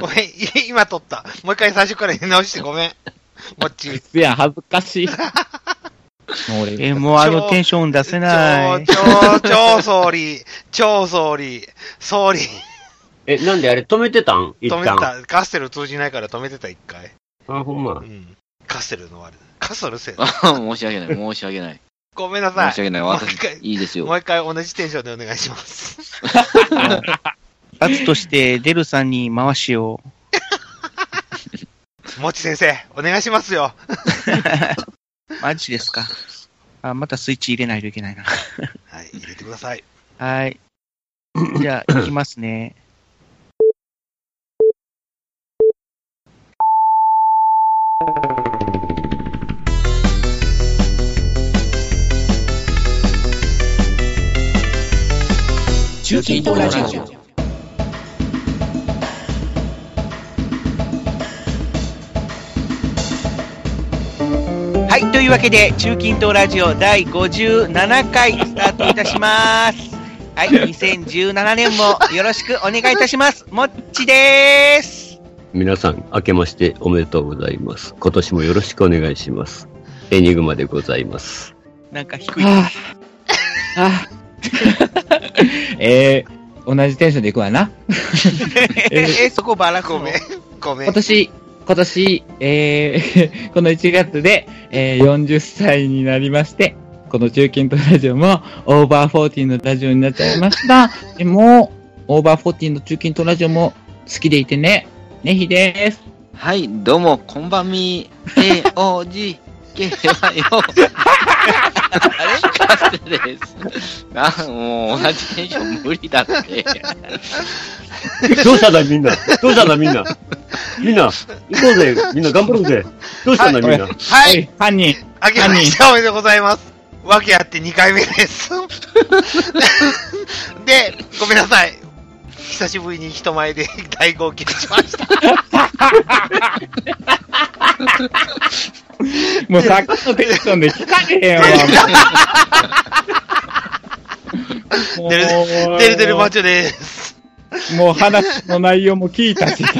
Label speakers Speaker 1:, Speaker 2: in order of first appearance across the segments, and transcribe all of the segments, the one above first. Speaker 1: ごめん、今撮った。もう一回最初から言い直してごめん。もっち。
Speaker 2: いや、恥ずかしい。もう俺、え、もうあのテンション出せない。
Speaker 1: 超、超、超総理。超総理。総理。
Speaker 3: え、なんであれ止めてたん
Speaker 1: 止めてた。カステル通じないから止めてた、一回。。
Speaker 3: あ、ほんま。うん
Speaker 1: カステルのあれ。カステルせえ。
Speaker 4: 申し訳ない、申し訳ない。
Speaker 1: ごめんなさい。
Speaker 4: 申し訳ない、私。いいですよ。
Speaker 1: もう一回同じテンションでお願いします。
Speaker 2: 罰として、デルさんに回しを。
Speaker 1: もち先生、お願いしますよ。
Speaker 2: マジですか。あ、またスイッチ入れないといけないな。
Speaker 1: はい、入れてください。
Speaker 2: はい。じゃあ、いきますね。
Speaker 5: 中近東ラジオ。
Speaker 2: はい、というわけで、中近東ラジオ第57回スタートいたします。はい、2017年もよろしくお願いいたします。もっちでーす。
Speaker 3: 皆さん、明けましておめでとうございます。今年もよろしくお願いします。エニグマでございます。
Speaker 2: なんか低い。は
Speaker 6: あ、 はあ、えー、同じテンションでいくわな。
Speaker 1: えー、そこばらごめん。ごめん。
Speaker 6: 今年、今年、えー、 この1月で、えー、40歳になりまして、この中近東ラジオもオーバーフォーティーのラジオになっちゃいました。でも、オーバーフォーティーの中近東ラジオも好きでいてね。ねひです。
Speaker 4: はい、どうも、こんばんみ、えー、おじ、けはよ。あれカステです。あ、もう同じテンション無理だって。
Speaker 3: どうしたんだみんな。どうしたんだみんな。みんな、行こうぜ。みんな頑張ろうぜ。どうしたんだ、
Speaker 1: はい、
Speaker 3: みんな。
Speaker 1: はい。
Speaker 2: 犯人。
Speaker 1: あけましておめでとうございます。わけあって2回目です。 で、ごめんなさい。久しぶりに人前で 大号泣しました。
Speaker 6: もうさっきのテンションで聞かねえよ。
Speaker 1: デルデルデルマチョです。
Speaker 6: もう話の内容も聞いたしさ。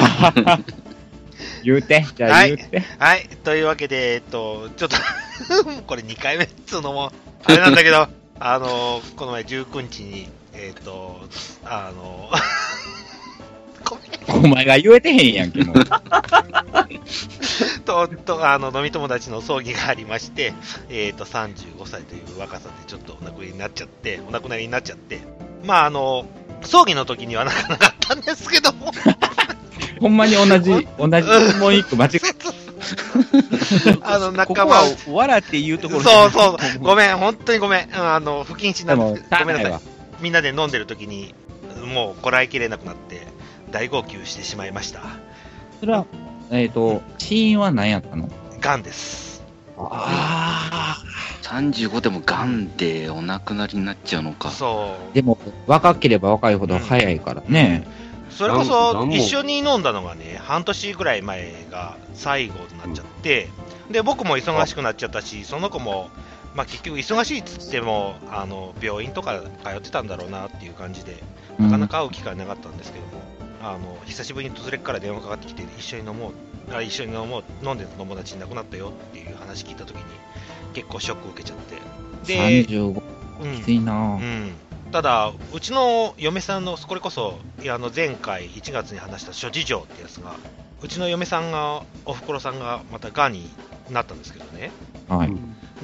Speaker 6: 言うて、じゃあ言うて。
Speaker 1: はい、はい、というわけで、えっと、ちょっと これ2回目っつうのも、あれなんだけど、 あの、この前19日に、えっ、ー、と、あの、
Speaker 6: お前が言えてへんやんけ、もう。
Speaker 1: と、と、あの、飲み友達の葬儀がありまして、 えっ、ー、と、35歳という若さでちょっとお亡くなりになっちゃって、お亡くなりになっちゃって、まあ、あの、葬儀の時にはなかなかったんですけど も。
Speaker 6: ほんまに同じ、同じ、もう一個間違え
Speaker 1: あの、仲間を。
Speaker 2: 笑って言うところ
Speaker 1: そうそう。ごめん、本当にごめん。あの、不謹慎なんですごめんなさい。みんなで飲んでる時に、もうこらえきれなくなって、大号泣してしまいました。
Speaker 6: それは、えっ、ー、と、死因は何やったの。
Speaker 1: 癌です。
Speaker 4: ああ。35でも癌でお亡くなりになっちゃうのか。
Speaker 1: そう
Speaker 6: でも、若ければ若いほど早いからね。
Speaker 1: うん、それこそ、一緒に飲んだのがね、半年ぐらい前が最後になっちゃって、うん、で、僕も忙しくなっちゃったし、その子も、まあ、結局忙しいっつってもあの病院とか通ってたんだろうなっていう感じでなかなか会う機会なかったんですけども、うん、あの久しぶりに突然から電話かかってきて一緒に飲もうあ一緒に飲もう飲んでた友達いなくなったよっていう話聞いた時に結構ショック受けちゃって
Speaker 6: で35、うん、きついな、
Speaker 1: うん、ただうちの嫁さんのこれこそいやあの前回1月に話した諸事情ってやつがうちの嫁さんがおふくろさんがまたがんになったんですけどね
Speaker 6: はい、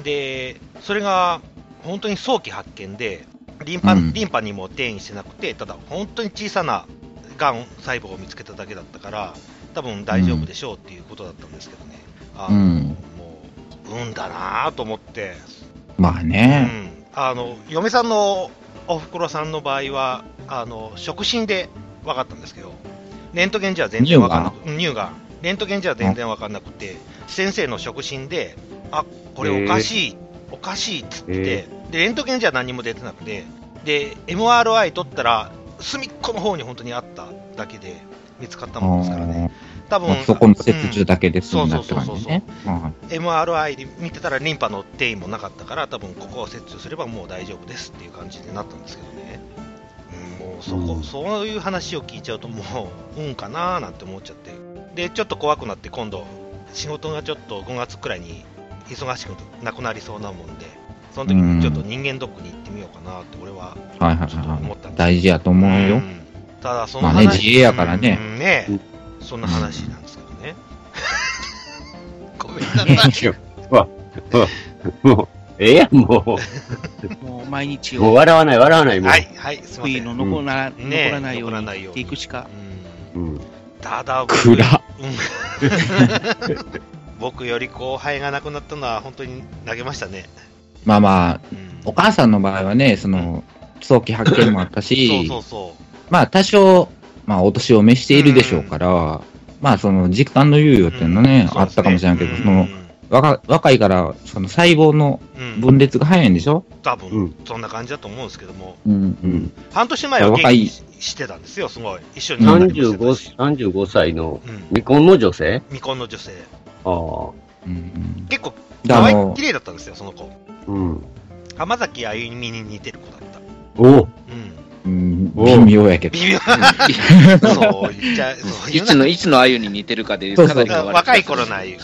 Speaker 1: で、それが本当に早期発見で、リンパ,、リンパにも転移してなくて、ただ本当に小さながん細胞を見つけただけだったから、多分大丈夫でしょうっていうことだったんですけどね、あの、うん、もう、運だなぁと思って。
Speaker 6: まあね、
Speaker 1: うん、あの、嫁さんのおふくろさんの場合は、あの、触診で分かったんですけど、レントゲンじゃ全然分かんなくて、乳がん。レントゲンじゃ全然分かんなくて、先生の触診で、あこれおかしい、えー、おかしいっつって、えー、でレントゲンじゃ何も出てなくてで MRI 取ったら隅っこの方に本当にあっただけで見つかったものですからね多分
Speaker 6: そこの切除だけです、
Speaker 1: うん、そうそうそうそう、ね、MRI で見てたらリンパの転移もなかったから多分ここを切除すればもう大丈夫ですっていう感じになったんですけどね、うもうそこ、
Speaker 3: うん
Speaker 1: そういう話を聞いちゃうともううんかなーなんて思っちゃってでちょっと怖くなって今度仕事がちょっと5月くらいに忙しくなくなりそうなもんでその時にちょっと人間ドックに行ってみようかなって俺は
Speaker 7: はいはい
Speaker 1: ちょっと思ったん
Speaker 7: はい。
Speaker 1: です
Speaker 7: 大事やと思うよ。
Speaker 1: んただその
Speaker 7: まあね自営やからね
Speaker 1: うんね
Speaker 3: うん
Speaker 1: そんな話なんですけどね、
Speaker 4: ごめん なさい。
Speaker 3: もう、ええやん、も
Speaker 2: もう毎日
Speaker 3: う。もう
Speaker 2: を
Speaker 3: 笑わない、笑わない、もう。
Speaker 1: はいはいすいま
Speaker 2: 悔
Speaker 1: せ
Speaker 2: い
Speaker 1: ん、
Speaker 2: の
Speaker 1: う
Speaker 2: 残ら,、
Speaker 1: うんねえ
Speaker 2: 残らないよう
Speaker 1: 残らない
Speaker 2: に
Speaker 1: ように
Speaker 2: 生きていくしか。
Speaker 1: ん、
Speaker 3: うん。
Speaker 1: ただ僕
Speaker 7: 暗っ
Speaker 1: うん僕より後輩が亡くなったのは本当に投げましたね、
Speaker 7: まあまあ、
Speaker 1: うん
Speaker 7: お母さんの場合はね、その、早期発見もあった
Speaker 1: そう
Speaker 7: し
Speaker 1: そ、うそう
Speaker 7: まあ多少、まあお年を召しているでしょうから、まあその時間の猶予っていうのね、
Speaker 1: うん
Speaker 7: あったかもしれないけど、
Speaker 1: そう
Speaker 7: そ
Speaker 1: ですね
Speaker 7: の、若若いから、その細胞の
Speaker 1: うんうん
Speaker 7: 分裂が早いんでしょ
Speaker 1: 多
Speaker 3: う
Speaker 1: 分
Speaker 3: ん
Speaker 1: そんな感じだと思うんですけども、
Speaker 7: うん
Speaker 3: う。ん。
Speaker 1: 半年前は元
Speaker 7: 若
Speaker 1: 気
Speaker 7: い
Speaker 1: してたんですよ、すごい、一緒に飲んだりもしてたし
Speaker 3: 35、35歳の
Speaker 1: うん、
Speaker 3: 未婚の女性
Speaker 1: 未婚の女性、
Speaker 3: ああ。
Speaker 7: うん。
Speaker 1: 結構
Speaker 7: だ
Speaker 1: 可
Speaker 7: からあ
Speaker 1: 愛
Speaker 7: の
Speaker 1: い綺麗だったんですよ、その子、
Speaker 3: うん。
Speaker 1: 浜崎あゆみに似てる子だった、
Speaker 3: おう
Speaker 1: うん、
Speaker 7: うん、微妙やけど。
Speaker 1: 微妙、 そう言っちゃう、そう
Speaker 4: い
Speaker 1: 言う
Speaker 4: つ
Speaker 1: な
Speaker 4: の、いつのあゆに似てるかで、
Speaker 7: そうそう
Speaker 4: かなり変わる
Speaker 1: 若い頃のあゆに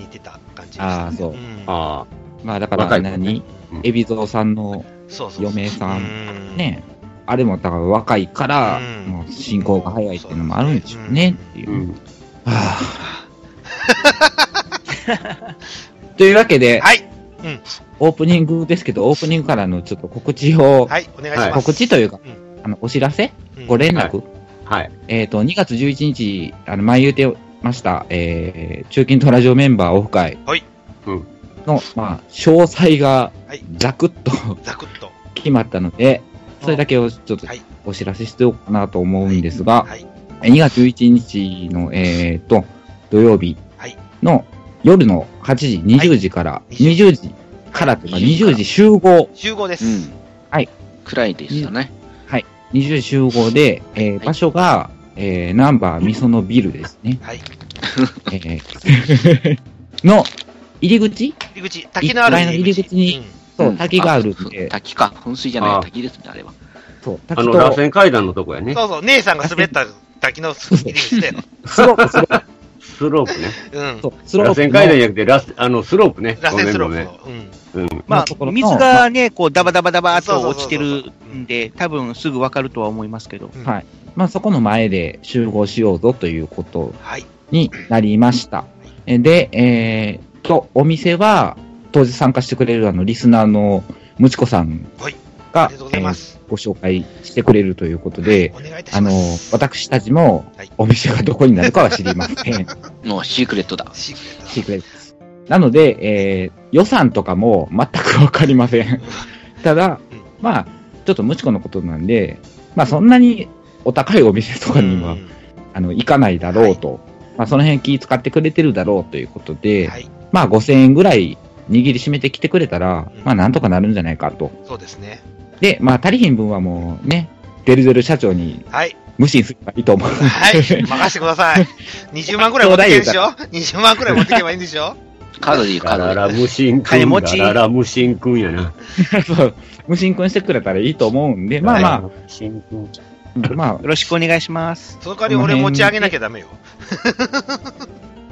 Speaker 1: 似てた感じでした
Speaker 7: ああ、そう
Speaker 1: う。ん
Speaker 3: あ
Speaker 7: まあだか
Speaker 3: 若
Speaker 7: ら
Speaker 3: い子ね
Speaker 7: 何、
Speaker 1: うん
Speaker 7: 海老蔵さんの
Speaker 1: そうそうそう
Speaker 7: 嫁さん、
Speaker 1: ん
Speaker 7: ね、あれもだから若いから
Speaker 1: うん、
Speaker 7: もう進行が早いっていうのもあるんでしょうね、ってい
Speaker 3: あ。う
Speaker 7: う。
Speaker 3: ん。
Speaker 7: はぁというわけで、
Speaker 1: はい、
Speaker 7: オープニングですけど、オープニングからのちょっと告知を、
Speaker 1: はい、お願いします。
Speaker 7: 告知というか
Speaker 1: う、
Speaker 7: あの、お知らせ
Speaker 1: うん
Speaker 7: ご連絡、
Speaker 3: はい。
Speaker 7: えっ、と、2月11日、あの、前言うてました、えー、中近東ラジオメンバーオフ会。
Speaker 1: はい
Speaker 3: うん
Speaker 7: の、まあ、詳細が
Speaker 1: はい、
Speaker 7: ざくっと
Speaker 1: ざくっと。
Speaker 7: 決まったので、それだけをちょっと
Speaker 1: はい
Speaker 7: お知らせしておこうかなと思うんですが、
Speaker 1: はい、
Speaker 7: 2月11日の、えっ、と、土曜日
Speaker 1: はい
Speaker 7: の夜の8時、20時から、20時からというか、20時集合、
Speaker 1: 集合です。
Speaker 4: うん。
Speaker 7: はい。
Speaker 4: 暗いでしたね。
Speaker 7: 20時集合で、えー
Speaker 4: はい
Speaker 7: 場所が、えー、ナンバーみそのビルですね。
Speaker 1: はい、
Speaker 7: えーの入り口
Speaker 1: 入り口、滝のある
Speaker 7: 一階の入り口にそう、滝があるん
Speaker 4: うん
Speaker 7: で、
Speaker 4: 滝か。噴水じゃな
Speaker 3: あ
Speaker 4: い。
Speaker 3: あ
Speaker 4: 滝ですね、あれは。
Speaker 7: そう、
Speaker 3: あ
Speaker 7: 滝
Speaker 3: の、
Speaker 7: と、
Speaker 3: 螺旋階段のとこや
Speaker 1: う
Speaker 3: ね
Speaker 1: ん。。そうそう、姉さんが滑った滝の入り口だよ。
Speaker 7: スロープ、スロー
Speaker 3: スロープね。
Speaker 1: うん
Speaker 7: プ、そうスロ
Speaker 3: 螺
Speaker 7: ープ
Speaker 3: 旋階
Speaker 7: の、
Speaker 3: 段じゃなくて、ラス、あの、スロープね。
Speaker 1: 螺旋スロ
Speaker 3: ごめん
Speaker 1: ー
Speaker 3: ご
Speaker 1: プの。うん。
Speaker 2: まあ
Speaker 7: とこ、ろの
Speaker 2: 水がね、こう、ダバダバダバーと落ちて
Speaker 1: そう
Speaker 2: る
Speaker 1: そうそうそうん
Speaker 2: で、多分すぐわかるとは思いますけど。
Speaker 1: うん
Speaker 7: はいまあそこの前で集合しようぞということ
Speaker 1: はい。
Speaker 7: になりました。えで、えー、と、お店は、当時参加してくれるあの、リスナーのむちこさん
Speaker 1: はいあ
Speaker 7: が
Speaker 1: りがとうございます
Speaker 7: え。ーご紹介してくれるということで、
Speaker 1: お願いいた
Speaker 7: あ
Speaker 1: しま
Speaker 7: の
Speaker 1: す。、
Speaker 7: 私たちも
Speaker 1: はい、
Speaker 7: お店がどこになるかは知り ません。
Speaker 4: もうシークレットだ。
Speaker 1: シークレ
Speaker 7: シークレットですなので、えー予算とかも全くわかりません。 ただ
Speaker 1: うん、
Speaker 7: まあ、ちょっとムチコのことなんで、まあそんなにお高いお店と
Speaker 1: ッ
Speaker 7: か
Speaker 1: ト
Speaker 7: には、
Speaker 1: うん
Speaker 7: あの、行かないだろうと、まあその辺気使ってくれてるだろうということで、
Speaker 1: はい、
Speaker 7: まあ5000円ぐらい握りしめてきてくれたら
Speaker 1: うん、
Speaker 7: まあなんとかなるんじゃないかと。
Speaker 1: そうですね。
Speaker 7: で、まあ足りひん分はもうね、デルデル社長に
Speaker 1: はい。
Speaker 7: 無視すればいいと思う。
Speaker 1: はい。任せてください。20万くらい持ってけばいいんでしょ ?20 万くらい持ってけばいいんでしょ
Speaker 4: カードでいい、カ
Speaker 3: ガ
Speaker 4: ード
Speaker 3: ラ
Speaker 4: で
Speaker 3: ラ無心く
Speaker 2: 金
Speaker 3: ん。
Speaker 2: 持
Speaker 3: ガ
Speaker 2: ち
Speaker 3: ララ無心くんやな。
Speaker 7: そう無心君してくれたらいいと思うんで、まあまあ、
Speaker 3: 無心くん。
Speaker 7: うんまあ
Speaker 2: よろしくお願いします。
Speaker 1: その代わり俺持ち上げなきゃダメよ。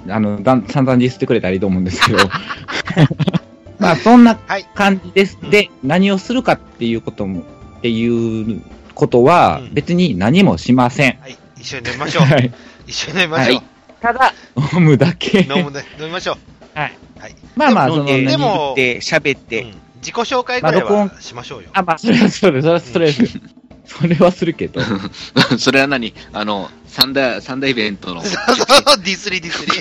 Speaker 7: あの、だん、散々ディスってくれたらいいと思うんです けど。まあ、そんな
Speaker 1: はい
Speaker 7: 感じです。で、何をするかっていうことも、っていうことは
Speaker 1: うん、
Speaker 7: 別に何もしません。
Speaker 1: はい。一緒に飲みましょう。
Speaker 7: はい。
Speaker 1: 一緒に飲みましょう。
Speaker 7: ただ、飲むだけ。
Speaker 1: 飲むね飲みましょう。
Speaker 7: まあまあ、そ
Speaker 2: 飲
Speaker 7: の、
Speaker 2: んで、
Speaker 1: で
Speaker 7: 何
Speaker 1: も
Speaker 2: で、喋っ
Speaker 1: う
Speaker 2: て、
Speaker 1: ん自己紹介ぐらい
Speaker 7: まあ録
Speaker 1: はしましょうよ。
Speaker 7: あ、まあ、 それは、それは、それは、それは、それはするけ ど。
Speaker 4: それは何あの、三大、三大イベントの。
Speaker 1: そうそう、 ディスリディスリ。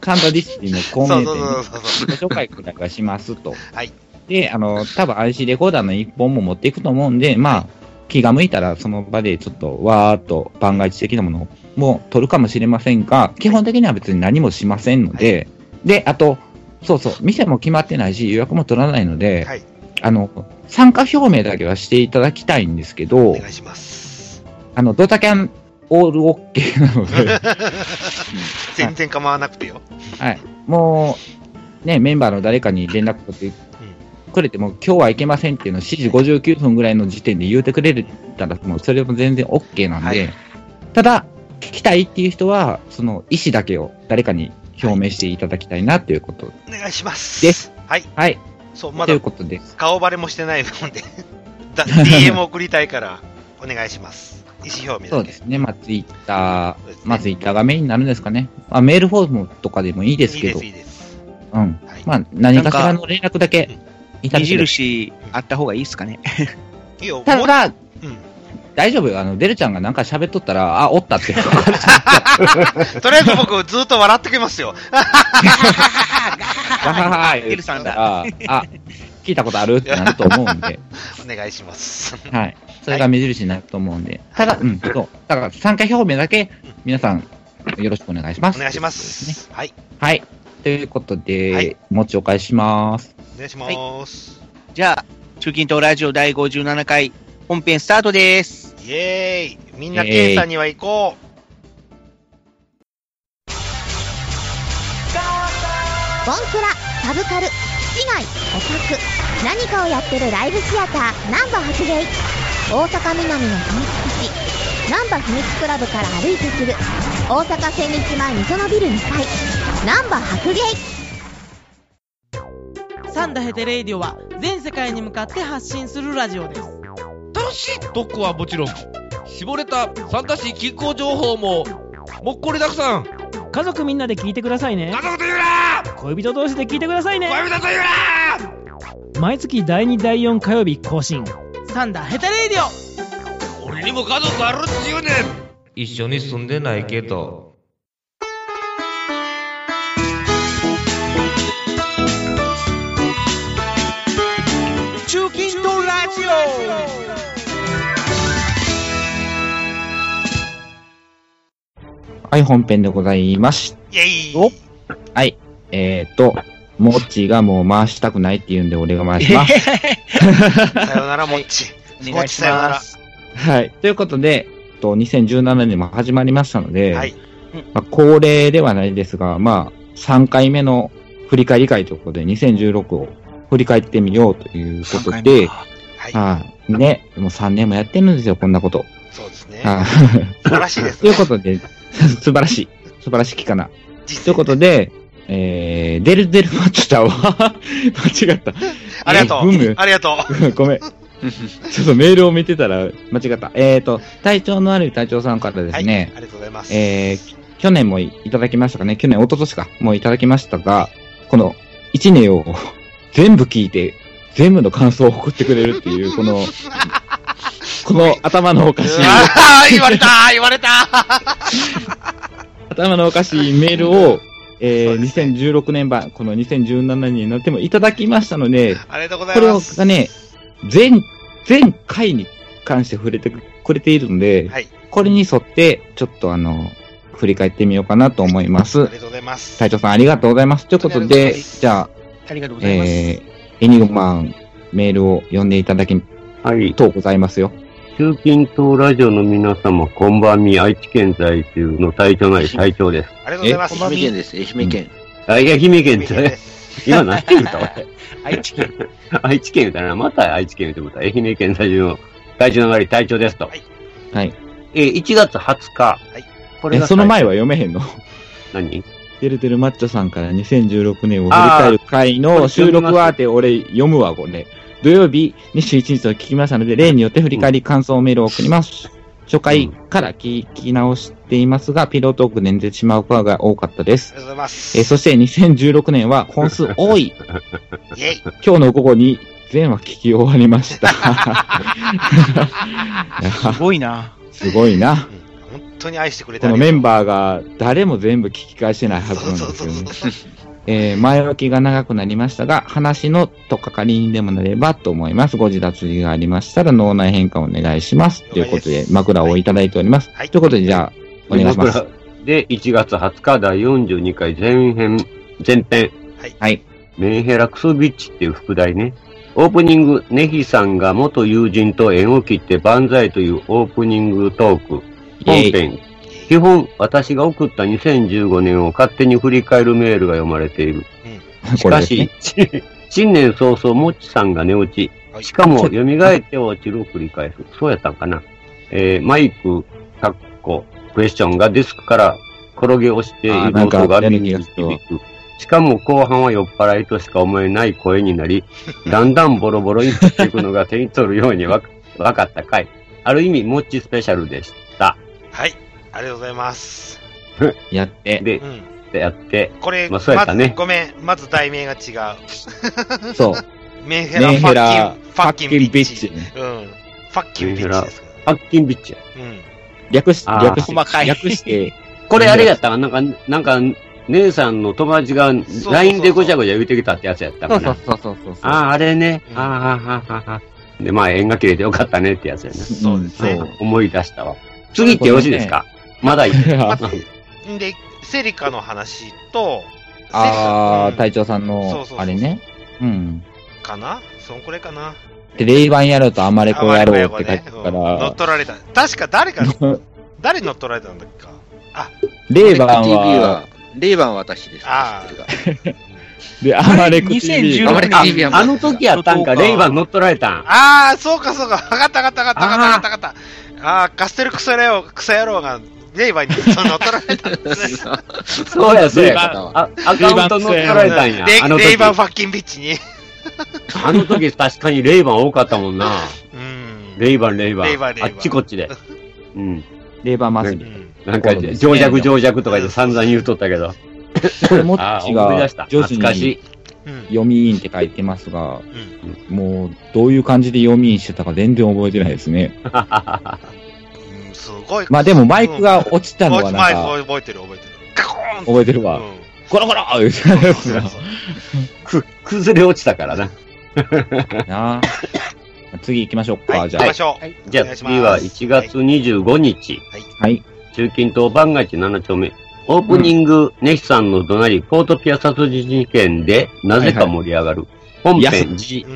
Speaker 7: カンダディスティの
Speaker 1: そう
Speaker 7: 公
Speaker 1: そうそ
Speaker 7: 明店に
Speaker 1: うそうそう。
Speaker 7: 自己紹介くらいはしますと。
Speaker 1: はい。
Speaker 7: で、あの、多分 IC レコーダーの一本も持っていくと思うんで、まあ、気が向いたらその場でちょっとわーっと番外地的なものも取るかもしれませんが、基本的には別に何もしませんので、で、あと、そうそう、店も決まってないし予約も取らないので、
Speaker 1: はい、
Speaker 7: あの、参加表明だけはしていただきたいんですけ
Speaker 1: お
Speaker 7: ど、
Speaker 1: 願いします。
Speaker 7: あの、ドタキャンオールオッケーなので、
Speaker 1: 全然構わなくてよ。
Speaker 7: はい。もう、ね、メンバーの誰かに連絡取って、くれても、今日はいけませんっていうのを7時59分ぐらいの時点で言うてくれたら、もうそれも全然 OK なんで、
Speaker 1: はい
Speaker 7: ただ、聞きたいっていう人は、その意思だけを誰かに表明していただきたいなということ。
Speaker 1: お願いします。
Speaker 7: です。
Speaker 1: はい。
Speaker 7: はい、
Speaker 1: そう、ま
Speaker 7: と
Speaker 1: だ
Speaker 7: いうことです。
Speaker 1: 顔バレもしてないの で、だ DM 送りたいから、お願いします。意思表明
Speaker 7: そう
Speaker 1: だ
Speaker 7: で
Speaker 1: け。
Speaker 7: すね、まあ、ツイッタ
Speaker 1: そうで
Speaker 7: ー、
Speaker 1: すね
Speaker 7: まあ、ツイッターがメインになるんですかね。まあ、メールフォームとかでもいいですけど、
Speaker 1: いいです、いい
Speaker 7: うん。
Speaker 1: です。はい。
Speaker 7: まあ、何かしらの連絡だけいただ
Speaker 2: 目
Speaker 7: ければ
Speaker 2: 印あった方がいいですかね。
Speaker 1: いいよ、も
Speaker 7: た
Speaker 1: う
Speaker 7: だ、
Speaker 1: うん。
Speaker 7: 大丈夫よ。あの、デルちゃんがなんか喋っとったら、あ、おっ たって。ガ
Speaker 1: とりあえず僕、ずっと笑ってきますよ。
Speaker 7: ハハハ
Speaker 2: デルさんだ
Speaker 7: あ、あ、聞いたことあるってなると 思うんで。
Speaker 1: お願いします。
Speaker 7: はい。 それが目印になると思うんで。ただ、うん、そう。だから参加表明だけ、皆さん、よろしくお願いします。
Speaker 1: お願いしま
Speaker 7: ね
Speaker 1: す。はい。
Speaker 7: はい。ということで、
Speaker 1: はい
Speaker 7: もちお返しします。
Speaker 1: お願いします。
Speaker 2: じゃあ、中近東ラジオ第57回本編スタートです。
Speaker 1: イエーイ。みんな、ケイさんには行こう。
Speaker 8: ボンクラサブカル市街オタク何かをやってるライブシアターナンバ発芸大阪南の秘密基地ナンバ秘密クラブから歩いてすぐ大阪千日前みそのビル2階ナンバ白芸
Speaker 9: サンダヘテレイディオは全世界に向かって発信するラジオです
Speaker 10: 楽しい特区はもちろん絞れたサンタシー気候情報ももっこりたくさん
Speaker 11: 家族みんなで聞いてくださいね
Speaker 10: 家族と言うな
Speaker 11: 恋人同士で聞いてくださいね
Speaker 10: 恋人と言うな
Speaker 11: 毎月第2第4火曜日更新
Speaker 9: サンダヘテレイディオ
Speaker 10: 俺にも家族あるっちゅうねん一緒に住んでないけど
Speaker 2: 中近東ラジ
Speaker 7: はい、本編でございまし
Speaker 1: イエーイ。
Speaker 7: おはい。えっ、ー、と、もっちがもう回したくないって言うんで、俺が回します。
Speaker 1: さよなら、もっち。
Speaker 2: オお願いします。
Speaker 7: はい。ということで、えっと2017年も始まりましたので、
Speaker 1: はい。
Speaker 7: まあ、恒例ではないですが、まあ、3回目の振り返り会ということで、2016を振り返ってみようということ
Speaker 2: 3回目
Speaker 7: で、
Speaker 2: か
Speaker 1: はい。
Speaker 7: はい。ね、もう3年もやってるんですよ、こんなこと。
Speaker 1: そうですね。
Speaker 7: はい。
Speaker 1: 素晴らしいです
Speaker 7: とい
Speaker 1: ね
Speaker 7: う。ことで、 素晴らしい。素晴らしきかな。
Speaker 1: 実践
Speaker 7: ということで、えー、デルデルマッチターは、 間違った。
Speaker 1: ありがと
Speaker 7: えーブ
Speaker 1: う
Speaker 7: ム。
Speaker 1: ありがとう。
Speaker 7: ごめん。ちょっとメールを見てたら間違った。えっ、ー、と、体調の悪い隊長さんからで
Speaker 1: はい。
Speaker 7: す
Speaker 1: あり
Speaker 7: ね、
Speaker 1: がとうございます。
Speaker 7: えー、去年もいただきましたかね、去年、一昨年か、もういただきましたが、この1年を 全部聞いて、全部の感想を送ってくれるっていう、この、この頭のおかしい、
Speaker 1: ああ、言われた 言われた
Speaker 7: 頭のおかしいメールを、え
Speaker 1: そう
Speaker 7: ー、
Speaker 1: ですね
Speaker 7: 2016年版、この2017年になってもいただきましたので、
Speaker 1: ありがとうござ
Speaker 7: こ
Speaker 1: い
Speaker 7: れ
Speaker 1: ま
Speaker 7: を
Speaker 1: す。
Speaker 7: がね、全、全回に関して触れてくれているので、
Speaker 1: はい。
Speaker 7: これに沿って、ちょっとあの、振り返ってみようかなと思いま
Speaker 1: あり
Speaker 7: す
Speaker 1: が。とうございます。
Speaker 7: 隊長さんありがとうございます。ということ
Speaker 1: ありがとうござい
Speaker 7: で、
Speaker 1: ます
Speaker 7: じゃあ、
Speaker 2: ありがとうございます。
Speaker 7: えー、エニグマンメールを読んでいただき
Speaker 3: はい。
Speaker 7: とうございますよ。
Speaker 3: 中近東ラジオの皆様、こんばんみ、愛知県在住の隊長なり隊長です。
Speaker 1: ありがとうございます。
Speaker 4: 愛媛県です、愛媛県。
Speaker 3: あ、いや、愛媛
Speaker 1: 愛
Speaker 3: 県
Speaker 1: 媛
Speaker 3: じ
Speaker 1: 県
Speaker 3: ゃ
Speaker 1: で
Speaker 3: ね。
Speaker 1: す
Speaker 3: 今何て言うた俺。
Speaker 2: 愛知県。
Speaker 3: 愛知県みたいな、また愛知県言うてもた。愛媛県在住の隊長なり隊長ですと。
Speaker 1: はい
Speaker 7: はい。
Speaker 3: えー、1月20日。
Speaker 1: い
Speaker 3: これ
Speaker 7: え、
Speaker 3: が
Speaker 7: その前は読めへんの
Speaker 3: 何
Speaker 7: てるてるマッチョさんから2016年を振り返る回の収録はって俺読むわ、これ。土曜日21日と聞きましたので、例によって振り返り感想メールを送ります。初回から聞き直していますが、ピロートークで寝てしまう声が多かったです
Speaker 1: あり。がとうございます。
Speaker 7: えーそして2016年は本数多 い。
Speaker 1: イェイ。
Speaker 7: 今日の午後に全話聞き終わりま した。い や
Speaker 2: すごいな。
Speaker 7: すごいな。
Speaker 1: うん本当に愛してくれて
Speaker 7: こ
Speaker 1: あり
Speaker 7: の
Speaker 1: が
Speaker 7: メ
Speaker 1: とう
Speaker 7: ンバーが誰も全部聞き返してないはずなんですよ
Speaker 1: そう
Speaker 7: ね
Speaker 1: そう。そうそう
Speaker 7: えー前置きが長くなりましたが、話のとっかかりにでもなればと思います。ご自立がありましたら脳内変換お願いします。ということで、枕をいただいております。
Speaker 1: はい
Speaker 7: ということで、じゃあ、お願いします。
Speaker 3: で、1月20日、第42回前編、前編。
Speaker 7: はい。
Speaker 3: メンヘラクソビッチっていう副題ね。オープニング、ネヒさんが元友人と縁を切って万歳というオープニングトーク。
Speaker 7: イ
Speaker 3: 本
Speaker 7: ェイ
Speaker 3: 編。基本、私が送った2015年を勝手に振り返るメールが読まれている。
Speaker 7: こ
Speaker 3: し
Speaker 7: れ
Speaker 3: か
Speaker 7: ですね
Speaker 3: し、 新年早々、もっちさんが寝落ち。しかも、蘇って落ちるを繰り返す。そうやったんかな。えーマイク、100個、クエスチョンがデスクから転げ落ちてい
Speaker 7: あー
Speaker 3: る
Speaker 7: なんか
Speaker 3: 音が耳に響く。しかも後半は酔っ払いとしか思えない声になり、だんだんボロボロになっていくのが手に取るよう にわかわかった回。ある意味、もっちスペシャルでした。
Speaker 1: はい、ありがとうございます。
Speaker 3: やって。で、
Speaker 1: うん
Speaker 3: やって。
Speaker 1: これ、
Speaker 3: まあ、そうやった
Speaker 1: ま
Speaker 3: ね
Speaker 1: ず。ごめん、まず題名が違う。
Speaker 3: そう。
Speaker 1: メンヘラ、
Speaker 3: メン
Speaker 1: フ
Speaker 3: ヘ
Speaker 1: ァ
Speaker 3: ラ
Speaker 1: ッキン、ファッキンビッチ。うん。ファッキンビッチです。
Speaker 3: パッキンビッチや。
Speaker 1: うん。
Speaker 3: 略し
Speaker 1: 略して細かい
Speaker 3: 略して。これあれやったかななんか、なんか、姉さんの友達が
Speaker 1: そうそう
Speaker 3: LINE でごちゃごちゃ言うてきたってやつやったかな。
Speaker 2: そうそうそう
Speaker 3: ああ、あれね。ああ、ああ、ああ。で、まあ、縁が切れてよかったねってやつやな。そうですね。思い出したわ。次行ってよろしいですかまだいい。
Speaker 1: んで、セリカの話と、
Speaker 7: あー、隊長さ
Speaker 1: そ
Speaker 7: ん
Speaker 1: うそう
Speaker 7: の
Speaker 1: そ、う
Speaker 7: あれね。うん。
Speaker 1: かなそんこれかな
Speaker 7: で、レイバンやろうとアマレコやろうって書いてたか
Speaker 1: 乗っ
Speaker 7: ら、
Speaker 1: 取られた。確か誰か、誰乗っ取られたんだっけか。
Speaker 7: レイバン
Speaker 4: TV は
Speaker 7: は、、
Speaker 4: レイバンは私です。
Speaker 1: あ
Speaker 7: で、アマレコ TV。
Speaker 3: ああの時やったんか、レイバン乗っ取られたん。
Speaker 1: ああ、そうかそうか。わかったわかったわかったわかったわかったああー、カステルクソ野郎、クソ野郎が、レイバーにその乗っ取られたんですね。
Speaker 3: そうや、そうや。あアカウント乗っ取られたんや。あの
Speaker 1: レイ
Speaker 3: 時。
Speaker 1: バーファッキンビッチに。
Speaker 3: あの時確かにレイバン多かったもんな。レイバン、レイバン。
Speaker 1: レイバンレイバン
Speaker 3: あっちこっちで。うん。
Speaker 7: レイバンマス
Speaker 3: ビ。なんか、情弱情弱とかで散々言うとったけど。
Speaker 7: もっ
Speaker 3: あ
Speaker 7: ち
Speaker 3: ー思い出した
Speaker 7: が、女子
Speaker 3: 懐かし
Speaker 7: に
Speaker 3: い、
Speaker 7: 読み印って書いてますが、もう、どういう感じで読み印してたか全然覚えてないですね。
Speaker 1: すごい。
Speaker 7: まあでもマイクが落ちたのはなん
Speaker 1: マイ
Speaker 7: か
Speaker 1: ク覚えてる覚えてる。カコーン
Speaker 7: 覚えてるわ。ゴロゴロ言うてたやつな。
Speaker 3: く、崩れ落ちたからな。
Speaker 7: なあ。 次行きましょう
Speaker 3: か、
Speaker 7: じゃあ行きましょう
Speaker 3: はいじゃ
Speaker 7: お願
Speaker 3: あ
Speaker 7: いしま
Speaker 3: 次は1月25日。
Speaker 7: はい。
Speaker 3: 中近東番外地7丁目。オープニング、ネヒさんの怒鳴り、ポートピア殺人事件で、なぜか盛り上がる。本
Speaker 7: やす
Speaker 3: 編、じ、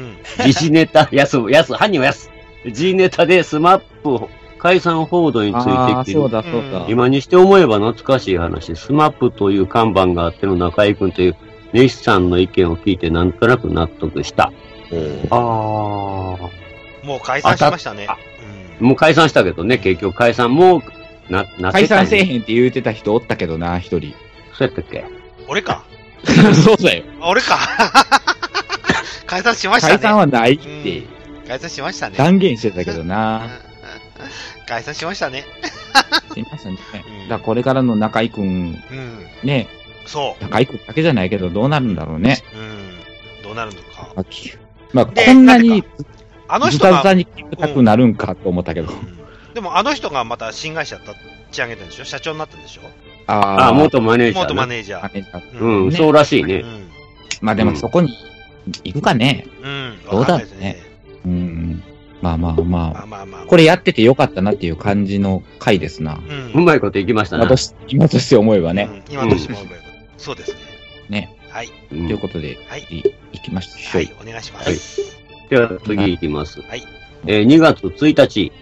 Speaker 3: 時事ネタ、 やす、やす、犯人はやす。G ネタでスマップ解散報道についてきて
Speaker 7: あーそうだそうだ
Speaker 3: 今にして思えば懐かしい話、スマップという看板があっての中井くんという、ネシさんの意見を聞いてなんとなく納得した。ああ。
Speaker 1: もう解散しましたね。
Speaker 3: もう解散したけどね、結局解散もう、な、なって
Speaker 7: 解
Speaker 3: た
Speaker 7: 散
Speaker 3: ね
Speaker 7: せえへんって言うてた人おったけどな、一人。
Speaker 3: そうやったっけ
Speaker 1: 俺か。
Speaker 7: そうだよ。
Speaker 1: 俺か。 解散しましたね。
Speaker 7: 解散はないって
Speaker 1: 解散しましたね。
Speaker 7: 断言してたけどな。
Speaker 1: 解散しましたね。
Speaker 7: すいませんね。だからこれからの中井くん、
Speaker 1: うん。
Speaker 7: ね、
Speaker 1: そ
Speaker 7: 中井くんだけじゃないけど、どうなるんだろうね。
Speaker 1: う。うん。どうなるのか。
Speaker 7: まあきまあ、こんなに、
Speaker 1: あの
Speaker 7: ズ
Speaker 1: 人
Speaker 7: タ
Speaker 1: が
Speaker 7: ズ、タに聞きたくなるんかと思ったけど。
Speaker 1: でもあの人がまた新会社立ち上げたんでしょ社長になったんでしょ
Speaker 7: あ
Speaker 3: あ元マネージャーな
Speaker 1: 元マネージャー。
Speaker 7: マネージャ
Speaker 3: うん、そうらしいね。
Speaker 7: まあでもそこに行くかね。
Speaker 1: うん。
Speaker 7: どうだ
Speaker 1: わ
Speaker 7: ろうね。うん。まあまあま
Speaker 1: あ。
Speaker 7: これやっててよかったなっていう感じの回ですな。
Speaker 1: う
Speaker 3: まいこといきましたな
Speaker 7: 今とし今として思えばね。
Speaker 1: 今としても思えばそうですね。
Speaker 7: ね。
Speaker 1: はい。
Speaker 7: ということで、い行きましょう。
Speaker 1: はい、お願いします。
Speaker 3: では次いきます。
Speaker 1: はい。
Speaker 3: えー2月1日、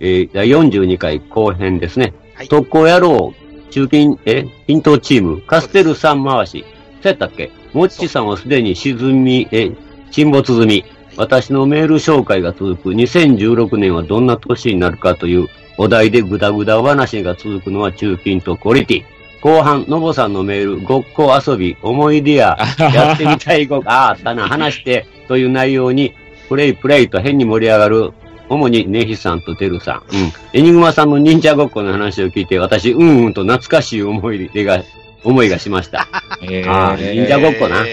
Speaker 3: えー第42回後編ですね。特攻野郎、中近、え、均等チーム、カステルさん回し。そうやったっけもっちさんはすでに沈み、え、沈没済み。私のメール紹介が続く2016年はどんな年になるかというお題でグダグダ話が続くのは中近とクオリティ。後半、のぼさんのメール、ごっこ遊び、思い出や、やってみたいご、ああ、あったな、話して、という内容に、プレイプレイと変に盛り上がる、主にネヒさんとテルさん。うん。エニグマさんの忍者ごっこの話を聞いて、私、うんうんと懐かしい思い出が、思いがしました。
Speaker 7: え
Speaker 3: ああ、忍者ごっこな。